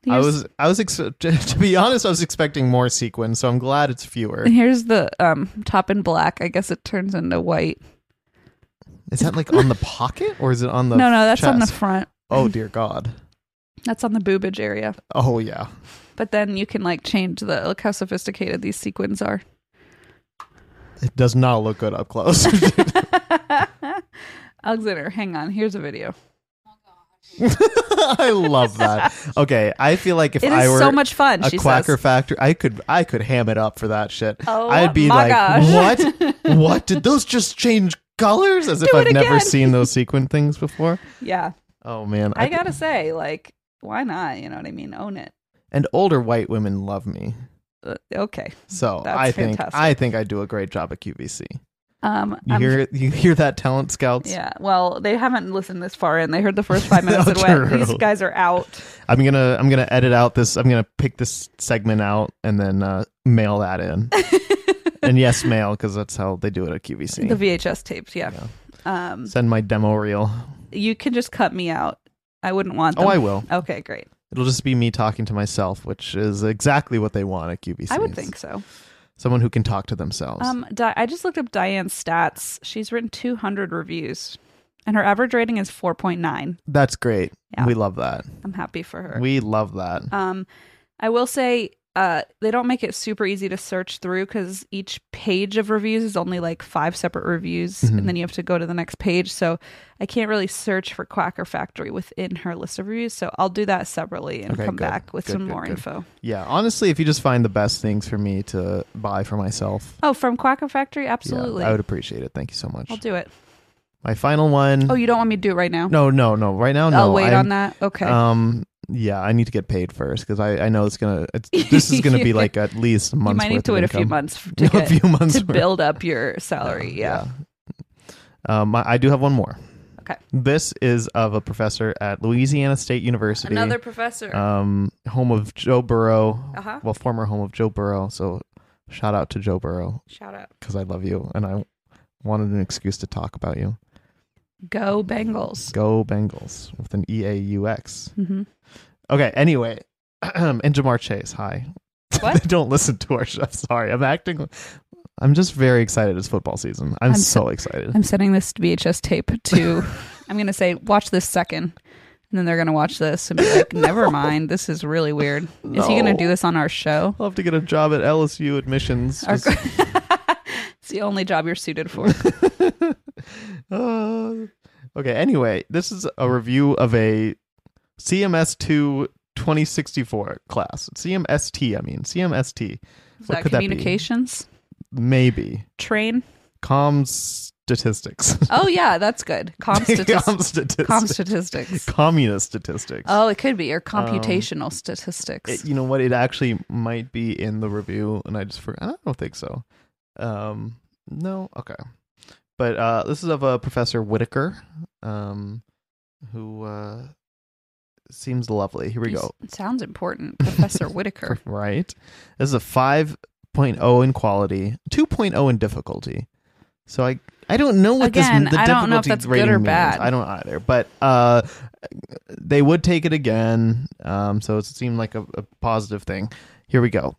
[SPEAKER 2] I
[SPEAKER 1] Here's-
[SPEAKER 2] was, I was, ex- to be honest, I was expecting more sequins, so I'm glad it's fewer.
[SPEAKER 1] And here's the um top in black. I guess it turns into white.
[SPEAKER 2] Is that like on the pocket or is it on the?
[SPEAKER 1] no, no, that's on the
[SPEAKER 2] chest?
[SPEAKER 1] front.
[SPEAKER 2] Oh dear God!
[SPEAKER 1] That's on the boobage area.
[SPEAKER 2] Oh yeah.
[SPEAKER 1] But then you can like change the look how sophisticated these sequins are.
[SPEAKER 2] It does not look good up close.
[SPEAKER 1] Alexander, hang on. Here's a video.
[SPEAKER 2] I love that. Okay, I feel like if
[SPEAKER 1] It
[SPEAKER 2] I
[SPEAKER 1] is
[SPEAKER 2] were
[SPEAKER 1] so much fun.
[SPEAKER 2] a
[SPEAKER 1] she
[SPEAKER 2] quacker
[SPEAKER 1] says.
[SPEAKER 2] factor, I could I could ham it up for that shit.
[SPEAKER 1] Oh,
[SPEAKER 2] I'd be
[SPEAKER 1] my
[SPEAKER 2] like,
[SPEAKER 1] gosh.
[SPEAKER 2] what? What did those just change colors? As if
[SPEAKER 1] Do
[SPEAKER 2] I've
[SPEAKER 1] it
[SPEAKER 2] never
[SPEAKER 1] again.
[SPEAKER 2] seen those sequin things before.
[SPEAKER 1] Yeah,
[SPEAKER 2] Oh man,
[SPEAKER 1] I
[SPEAKER 2] could-
[SPEAKER 1] gotta say, like, why not? You know what I mean? Own it.
[SPEAKER 2] and older white women love me.
[SPEAKER 1] Uh, okay.
[SPEAKER 2] So
[SPEAKER 1] That's
[SPEAKER 2] I think
[SPEAKER 1] fantastic.
[SPEAKER 2] I think I do a great job at QVC.
[SPEAKER 1] Um,
[SPEAKER 2] You
[SPEAKER 1] I'm-
[SPEAKER 2] hear you hear that talent scouts?
[SPEAKER 1] yeah. Well, they haven't listened this far in. They heard the first five minutes and went,
[SPEAKER 2] True.
[SPEAKER 1] "These guys are out."
[SPEAKER 2] I'm gonna I'm gonna edit out this. I'm gonna pick this segment out and then uh, mail that in. and yes, mail because that's how they do it at QVC.
[SPEAKER 1] The VHS tapes. Yeah. Um,
[SPEAKER 2] Send my demo reel.
[SPEAKER 1] you can just cut me out. I wouldn't want.
[SPEAKER 2] Oh,
[SPEAKER 1] them.
[SPEAKER 2] I will.
[SPEAKER 1] Okay, great.
[SPEAKER 2] It'll just be me talking to myself, which is exactly what they want at QVC.
[SPEAKER 1] I would think so.
[SPEAKER 2] someone who can talk to themselves.
[SPEAKER 1] Um, Di- I just looked up Diane's stats. She's written 200 reviews, and her average rating is 4.9.
[SPEAKER 2] that's great.
[SPEAKER 1] yeah.
[SPEAKER 2] We love that.
[SPEAKER 1] I'm happy for her.
[SPEAKER 2] We love that.
[SPEAKER 1] um, I will say uh, they don't make it super easy to search through because each page of reviews is only like five separate reviews,
[SPEAKER 2] Mm-hmm.
[SPEAKER 1] and then you have to go to the next page. So I can't really search for Quacker Factory within her list of reviews. So I'll do that separately and
[SPEAKER 2] Okay,
[SPEAKER 1] come
[SPEAKER 2] good.
[SPEAKER 1] back with
[SPEAKER 2] Good,
[SPEAKER 1] some
[SPEAKER 2] good,
[SPEAKER 1] more
[SPEAKER 2] good.
[SPEAKER 1] info.
[SPEAKER 2] Yeah, honestly, if you just find the best things for me to buy for myself,
[SPEAKER 1] Oh, from Quacker Factory,
[SPEAKER 2] yeah,
[SPEAKER 1] absolutely.
[SPEAKER 2] I would appreciate it. Thank you so much.
[SPEAKER 1] I'll do it.
[SPEAKER 2] My final one.
[SPEAKER 1] Oh, you don't want me to do it right now?
[SPEAKER 2] no, no, no. Right now, no.
[SPEAKER 1] I'll wait
[SPEAKER 2] I'm-
[SPEAKER 1] on that. Okay.
[SPEAKER 2] Um, yeah, I need to get paid first because I, I know it's gonna. It's, this is gonna be like at least a
[SPEAKER 1] you
[SPEAKER 2] month.
[SPEAKER 1] might need to wait a few months f- to,
[SPEAKER 2] A
[SPEAKER 1] get,
[SPEAKER 2] few months
[SPEAKER 1] to
[SPEAKER 2] worth.
[SPEAKER 1] build up your salary. yeah.
[SPEAKER 2] Um, I, I do have one more.
[SPEAKER 1] Okay.
[SPEAKER 2] This is of a professor at Louisiana State University.
[SPEAKER 1] Another professor.
[SPEAKER 2] um, home of Joe Burrow.
[SPEAKER 1] Uh-huh.
[SPEAKER 2] Well, former home of Joe Burrow. So shout out to Joe Burrow
[SPEAKER 1] Shout out.
[SPEAKER 2] because I love you and I wanted an excuse to talk about you.
[SPEAKER 1] Go Bengals.
[SPEAKER 2] Go Bengals with an E A U X.
[SPEAKER 1] Mhm.
[SPEAKER 2] Okay. Anyway, and Jamar Chase. Hi.
[SPEAKER 1] What?
[SPEAKER 2] they don't listen to our chef. Sorry, I'm acting. I'm just very excited. It's football season. I'm,
[SPEAKER 1] I'm
[SPEAKER 2] so,
[SPEAKER 1] so-
[SPEAKER 2] excited.
[SPEAKER 1] I'm sending this VHS tape to. I'm going to say, watch this second. And then they're going to watch this and be like, never mind. This is really weird. Is he going to
[SPEAKER 2] No.
[SPEAKER 1] do this on our show?
[SPEAKER 2] I'll have to get a job at LSU admissions.
[SPEAKER 1] Our-
[SPEAKER 2] Just-
[SPEAKER 1] it's the only job you're suited for.
[SPEAKER 2] Uh, okay, anyway, this is a review of a CMS2 2064 class. CMST, I mean. CMST.
[SPEAKER 1] Is
[SPEAKER 2] What
[SPEAKER 1] that
[SPEAKER 2] could that be?
[SPEAKER 1] communications?
[SPEAKER 2] Maybe.
[SPEAKER 1] Train?
[SPEAKER 2] Comm statistics.
[SPEAKER 1] Oh, yeah, that's good. Com statistics.
[SPEAKER 2] Comm statistics.
[SPEAKER 1] Com statistics.
[SPEAKER 2] Communist statistics.
[SPEAKER 1] Oh, it could be. Or computational statistics.
[SPEAKER 2] Um, It- you know what? It actually might be in the review, and I just forgot. I don't think so. Um, no, okay. But uh, this is of uh, Professor Whitaker, um, who uh, seems lovely. Here we go.
[SPEAKER 1] It sounds important. Professor Whitaker.
[SPEAKER 2] Right. This is a 5.0 in quality, 2.0 in difficulty. So I I don't know what
[SPEAKER 1] Again,
[SPEAKER 2] this the
[SPEAKER 1] I don't know if
[SPEAKER 2] difficulty
[SPEAKER 1] that's good
[SPEAKER 2] rating
[SPEAKER 1] or
[SPEAKER 2] means.
[SPEAKER 1] bad.
[SPEAKER 2] I don't either. But uh they would take it again. Um so it seemed like a, a positive thing. Here we go.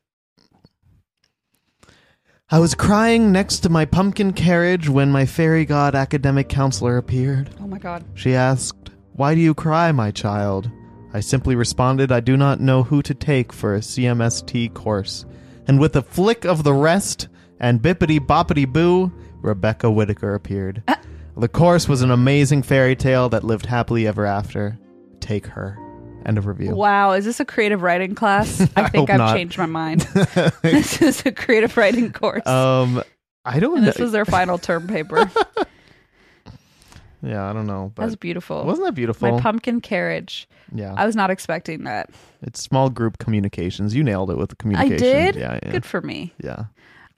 [SPEAKER 2] I was crying next to my pumpkin carriage when my fairy god academic counselor appeared.
[SPEAKER 1] Oh, my God.
[SPEAKER 2] She asked, Why do you cry, my child? I simply responded, I do not know who to take for a CMST course. And with a flick of the wrist and bippity boppity boo, Rebecca Whitaker appeared.
[SPEAKER 1] Uh.
[SPEAKER 2] The course was an amazing fairy tale that lived happily ever after. Take her. End of review.
[SPEAKER 1] Wow, is this a creative writing class? I
[SPEAKER 2] I
[SPEAKER 1] think
[SPEAKER 2] hope
[SPEAKER 1] I've
[SPEAKER 2] not.
[SPEAKER 1] changed my mind. this is a creative writing course.
[SPEAKER 2] Um, I don't
[SPEAKER 1] and this
[SPEAKER 2] know.
[SPEAKER 1] was their final term paper.
[SPEAKER 2] yeah, I don't know. But
[SPEAKER 1] That's beautiful.
[SPEAKER 2] Wasn't that beautiful?
[SPEAKER 1] My pumpkin carriage.
[SPEAKER 2] yeah.
[SPEAKER 1] I was not expecting that.
[SPEAKER 2] it's small group communications. You nailed it with the
[SPEAKER 1] I
[SPEAKER 2] communication.
[SPEAKER 1] did.
[SPEAKER 2] Yeah, yeah.
[SPEAKER 1] Good for me.
[SPEAKER 2] yeah.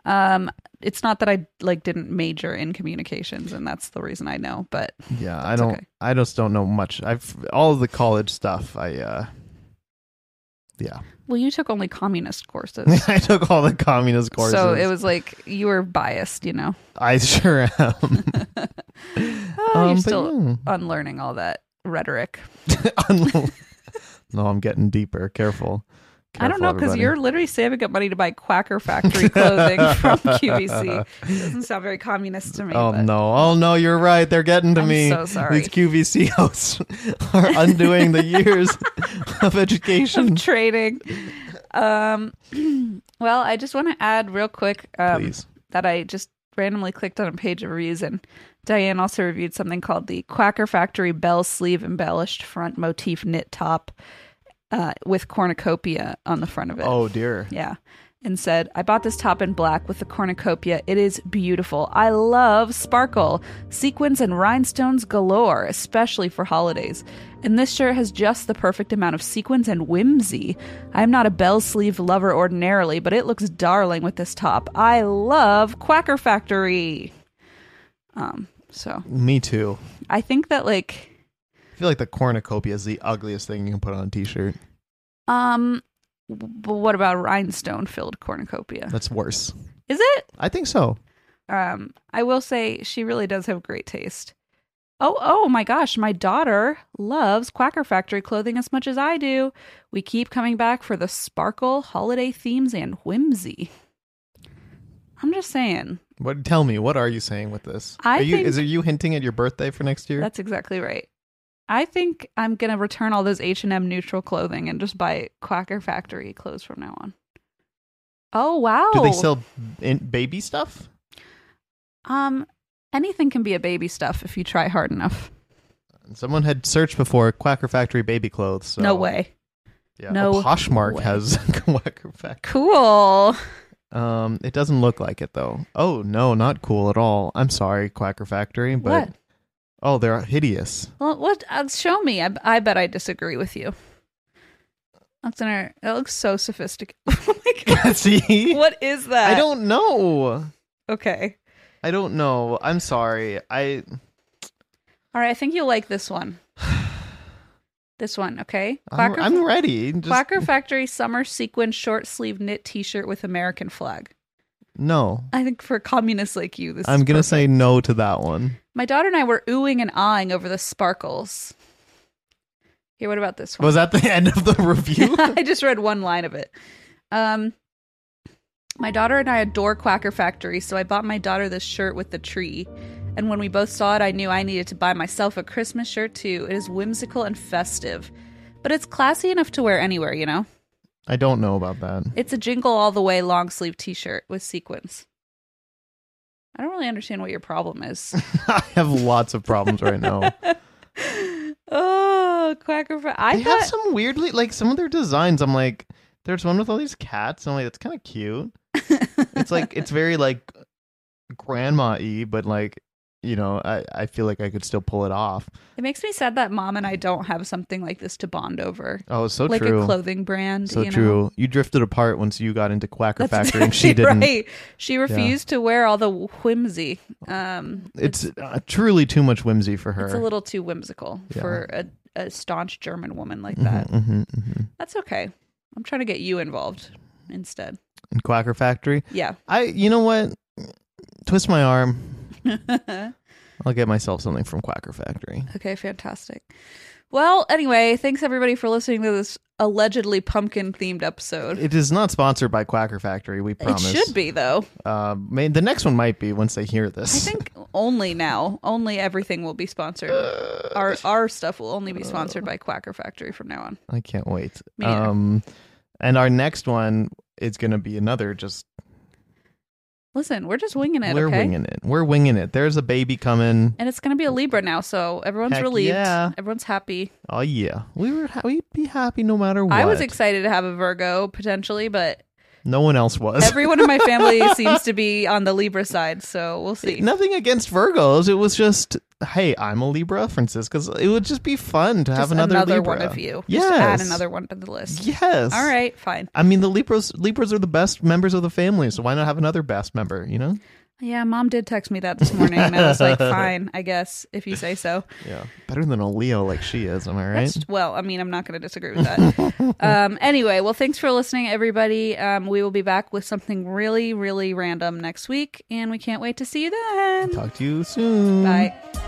[SPEAKER 1] Um, it's not that I like didn't major in communications, and that's the reason I know. But
[SPEAKER 2] Yeah, I
[SPEAKER 1] That's
[SPEAKER 2] don't.
[SPEAKER 1] okay.
[SPEAKER 2] I just don't know much. I've all of the college stuff. I uh, yeah,
[SPEAKER 1] well, you took only communist courses,
[SPEAKER 2] I took all the communist courses.
[SPEAKER 1] so it was like you were biased. You know,
[SPEAKER 2] I sure am.
[SPEAKER 1] Oh,
[SPEAKER 2] Um,
[SPEAKER 1] you're
[SPEAKER 2] but
[SPEAKER 1] still unlearning all that rhetoric.
[SPEAKER 2] yeah. Unlo- no, I'm getting deeper. Careful.
[SPEAKER 1] I don't know
[SPEAKER 2] because
[SPEAKER 1] because you're literally saving up money to buy Quacker Factory clothing from QVC. It doesn't sound very communist to me.
[SPEAKER 2] Oh
[SPEAKER 1] but
[SPEAKER 2] no! Oh no! You're right. They're getting to
[SPEAKER 1] I'm
[SPEAKER 2] me.
[SPEAKER 1] so sorry.
[SPEAKER 2] These QVC hosts are undoing the years of education.
[SPEAKER 1] Of trading. Um, well, I just want to add real quick um,
[SPEAKER 2] Please.
[SPEAKER 1] that I just randomly clicked on a page of reviews and Diane also reviewed something called the Quacker Factory Bell Sleeve Embellished Front Motif Knit Top uh, with cornucopia on the front of it.
[SPEAKER 2] oh dear.
[SPEAKER 1] Yeah. And said, I bought this top in black with the cornucopia. It is beautiful. I love sparkle, sequins, and rhinestones galore, especially for holidays. And this shirt has just the perfect amount of sequins and whimsy. I'm not a bell sleeve lover ordinarily, but it looks darling with this top. I love Quacker Factory. Um, so
[SPEAKER 2] Me too.
[SPEAKER 1] I think that like
[SPEAKER 2] I feel like the cornucopia is the ugliest thing you can put on a t-shirt.
[SPEAKER 1] um w- what about rhinestone filled cornucopia?
[SPEAKER 2] That's worse.
[SPEAKER 1] Is it?
[SPEAKER 2] I think so.
[SPEAKER 1] um i will say she really does have great taste oh oh my gosh my daughter loves quacker factory clothing as much as i do we keep coming back for the sparkle holiday themes and whimsy i'm just saying
[SPEAKER 2] What? Tell me, what are you saying with this?
[SPEAKER 1] I
[SPEAKER 2] are you,
[SPEAKER 1] think-
[SPEAKER 2] is are you hinting at your birthday for next year?
[SPEAKER 1] that's exactly right i think i'm gonna return all those h&m neutral clothing and just buy quacker factory clothes from now on Oh wow.
[SPEAKER 4] Do they sell in- baby stuff?
[SPEAKER 1] um anything can be a baby stuff if you try hard enough.
[SPEAKER 4] Someone had searched before Quacker Factory baby clothes. So,
[SPEAKER 1] No way.
[SPEAKER 4] Yeah.
[SPEAKER 1] No
[SPEAKER 4] Oh, Poshmark
[SPEAKER 1] way.
[SPEAKER 4] has Quacker Factory.
[SPEAKER 1] Cool.
[SPEAKER 4] Um, it doesn't look like it though. Oh no, not cool at all. I'm sorry, Quacker Factory, but
[SPEAKER 1] What?
[SPEAKER 4] oh, they're hideous.
[SPEAKER 1] Well, what? Uh, show me. I, I bet I disagree with you. That's in our. That looks so sophisticated. oh my god.
[SPEAKER 4] See,
[SPEAKER 1] What is that?
[SPEAKER 4] I don't know.
[SPEAKER 1] Okay.
[SPEAKER 4] I don't know. I'm sorry. I
[SPEAKER 1] All right. I think you'll like this one. This one, okay?
[SPEAKER 4] I'm,
[SPEAKER 1] Quacker,
[SPEAKER 4] I'm ready. Just-
[SPEAKER 1] Quacker Factory summer sequin short sleeve knit t shirt with American flag.
[SPEAKER 4] no.
[SPEAKER 1] I think for communists like you, this.
[SPEAKER 4] I'm
[SPEAKER 1] is
[SPEAKER 4] gonna
[SPEAKER 1] perfect.
[SPEAKER 4] say no to that one.
[SPEAKER 1] My daughter and I were oohing and ahhing over the sparkles. Here, what about this one?
[SPEAKER 4] Was that the end of the review?
[SPEAKER 1] I just read one line of it. Um, my daughter and I adore Quacker Factory, so I bought my daughter this shirt with the tree. And when we both saw it, I knew I needed to buy myself a Christmas shirt too. It is whimsical and festive, but it's classy enough to wear anywhere, you know?
[SPEAKER 4] I don't know about that.
[SPEAKER 1] It's a jingle all the way long sleeve t shirt with sequins. I don't really understand what your problem is.
[SPEAKER 4] I have lots of problems right now.
[SPEAKER 1] oh, Quacker Factory. I
[SPEAKER 4] they
[SPEAKER 1] thought.
[SPEAKER 4] have some weirdly like some of their designs. I'm like, there's one with all these cats. and I'm like, that's kind of cute. it's like it's very like grandma y, but like you know, I I feel like I could still pull it off.
[SPEAKER 1] It makes me sad that mom and I don't have something like this to bond over.
[SPEAKER 4] Oh, so
[SPEAKER 1] like
[SPEAKER 4] true.
[SPEAKER 1] a clothing brand.
[SPEAKER 4] so
[SPEAKER 1] you know?
[SPEAKER 4] true. You drifted apart once you got into Quacker
[SPEAKER 1] That's
[SPEAKER 4] Factory, and she
[SPEAKER 1] exactly
[SPEAKER 4] didn't.
[SPEAKER 1] Right. She refused to wear all the whimsy. Um,
[SPEAKER 4] It's uh, truly too much whimsy for her.
[SPEAKER 1] it's a little too whimsical
[SPEAKER 4] Yeah.
[SPEAKER 1] for a, a staunch German woman like that.
[SPEAKER 4] Mhm, mhm, mhm.
[SPEAKER 1] That's okay. I'm trying to get you involved instead.
[SPEAKER 4] In Quacker Factory,
[SPEAKER 1] Yeah.
[SPEAKER 4] I you know what? Twist my arm. I'll get myself something from Quacker Factory.
[SPEAKER 1] Okay, fantastic. Well, anyway, thanks everybody for listening to this allegedly pumpkin themed episode.
[SPEAKER 4] It is not sponsored by Quacker Factory. We
[SPEAKER 1] It
[SPEAKER 4] promise.
[SPEAKER 1] should be though.
[SPEAKER 4] Uh, may, the next one might be once they hear
[SPEAKER 1] I
[SPEAKER 4] this.
[SPEAKER 1] think only now, only everything will be sponsored. our our stuff will only be sponsored by Quacker Factory from now on.
[SPEAKER 4] I can't wait.
[SPEAKER 1] Me neither.
[SPEAKER 4] Um, and our next one is going to be another. Just
[SPEAKER 1] Listen, we're just winging it,
[SPEAKER 4] we're
[SPEAKER 1] okay?
[SPEAKER 4] winging it. We're winging it. There's a baby coming.
[SPEAKER 1] And it's going to be a Libra now, so everyone's
[SPEAKER 4] Heck
[SPEAKER 1] relieved.
[SPEAKER 4] yeah.
[SPEAKER 1] Everyone's happy.
[SPEAKER 4] Oh yeah, we were. Ha- we'd be happy no matter what.
[SPEAKER 1] I was excited to have a Virgo potentially, but
[SPEAKER 4] No one else was.
[SPEAKER 1] everyone in my family seems to be on the Libra side, so we'll see.
[SPEAKER 4] Nothing against Virgos. It was just, hey, I'm a Libra, Francisca's. It would just be fun to have
[SPEAKER 1] Just
[SPEAKER 4] another, Libra.
[SPEAKER 1] one of you.
[SPEAKER 4] Yes.
[SPEAKER 1] Just add another one to the list.
[SPEAKER 4] Yes.
[SPEAKER 1] All right, fine.
[SPEAKER 4] I mean, the Libras Libras are the best members of the family, so why not have another best member? You know.
[SPEAKER 1] Yeah, mom did text me that this morning, and I was like, fine, I guess, if you say so.
[SPEAKER 4] Yeah. Better than a Leo like she is. Am I right?
[SPEAKER 1] That's- well, I mean, I'm not going to disagree with that. um, anyway, well, thanks for listening, everybody. Um, we will be back with something really, really random next week, and we can't wait to see you then.
[SPEAKER 4] Talk to you soon.
[SPEAKER 1] Bye.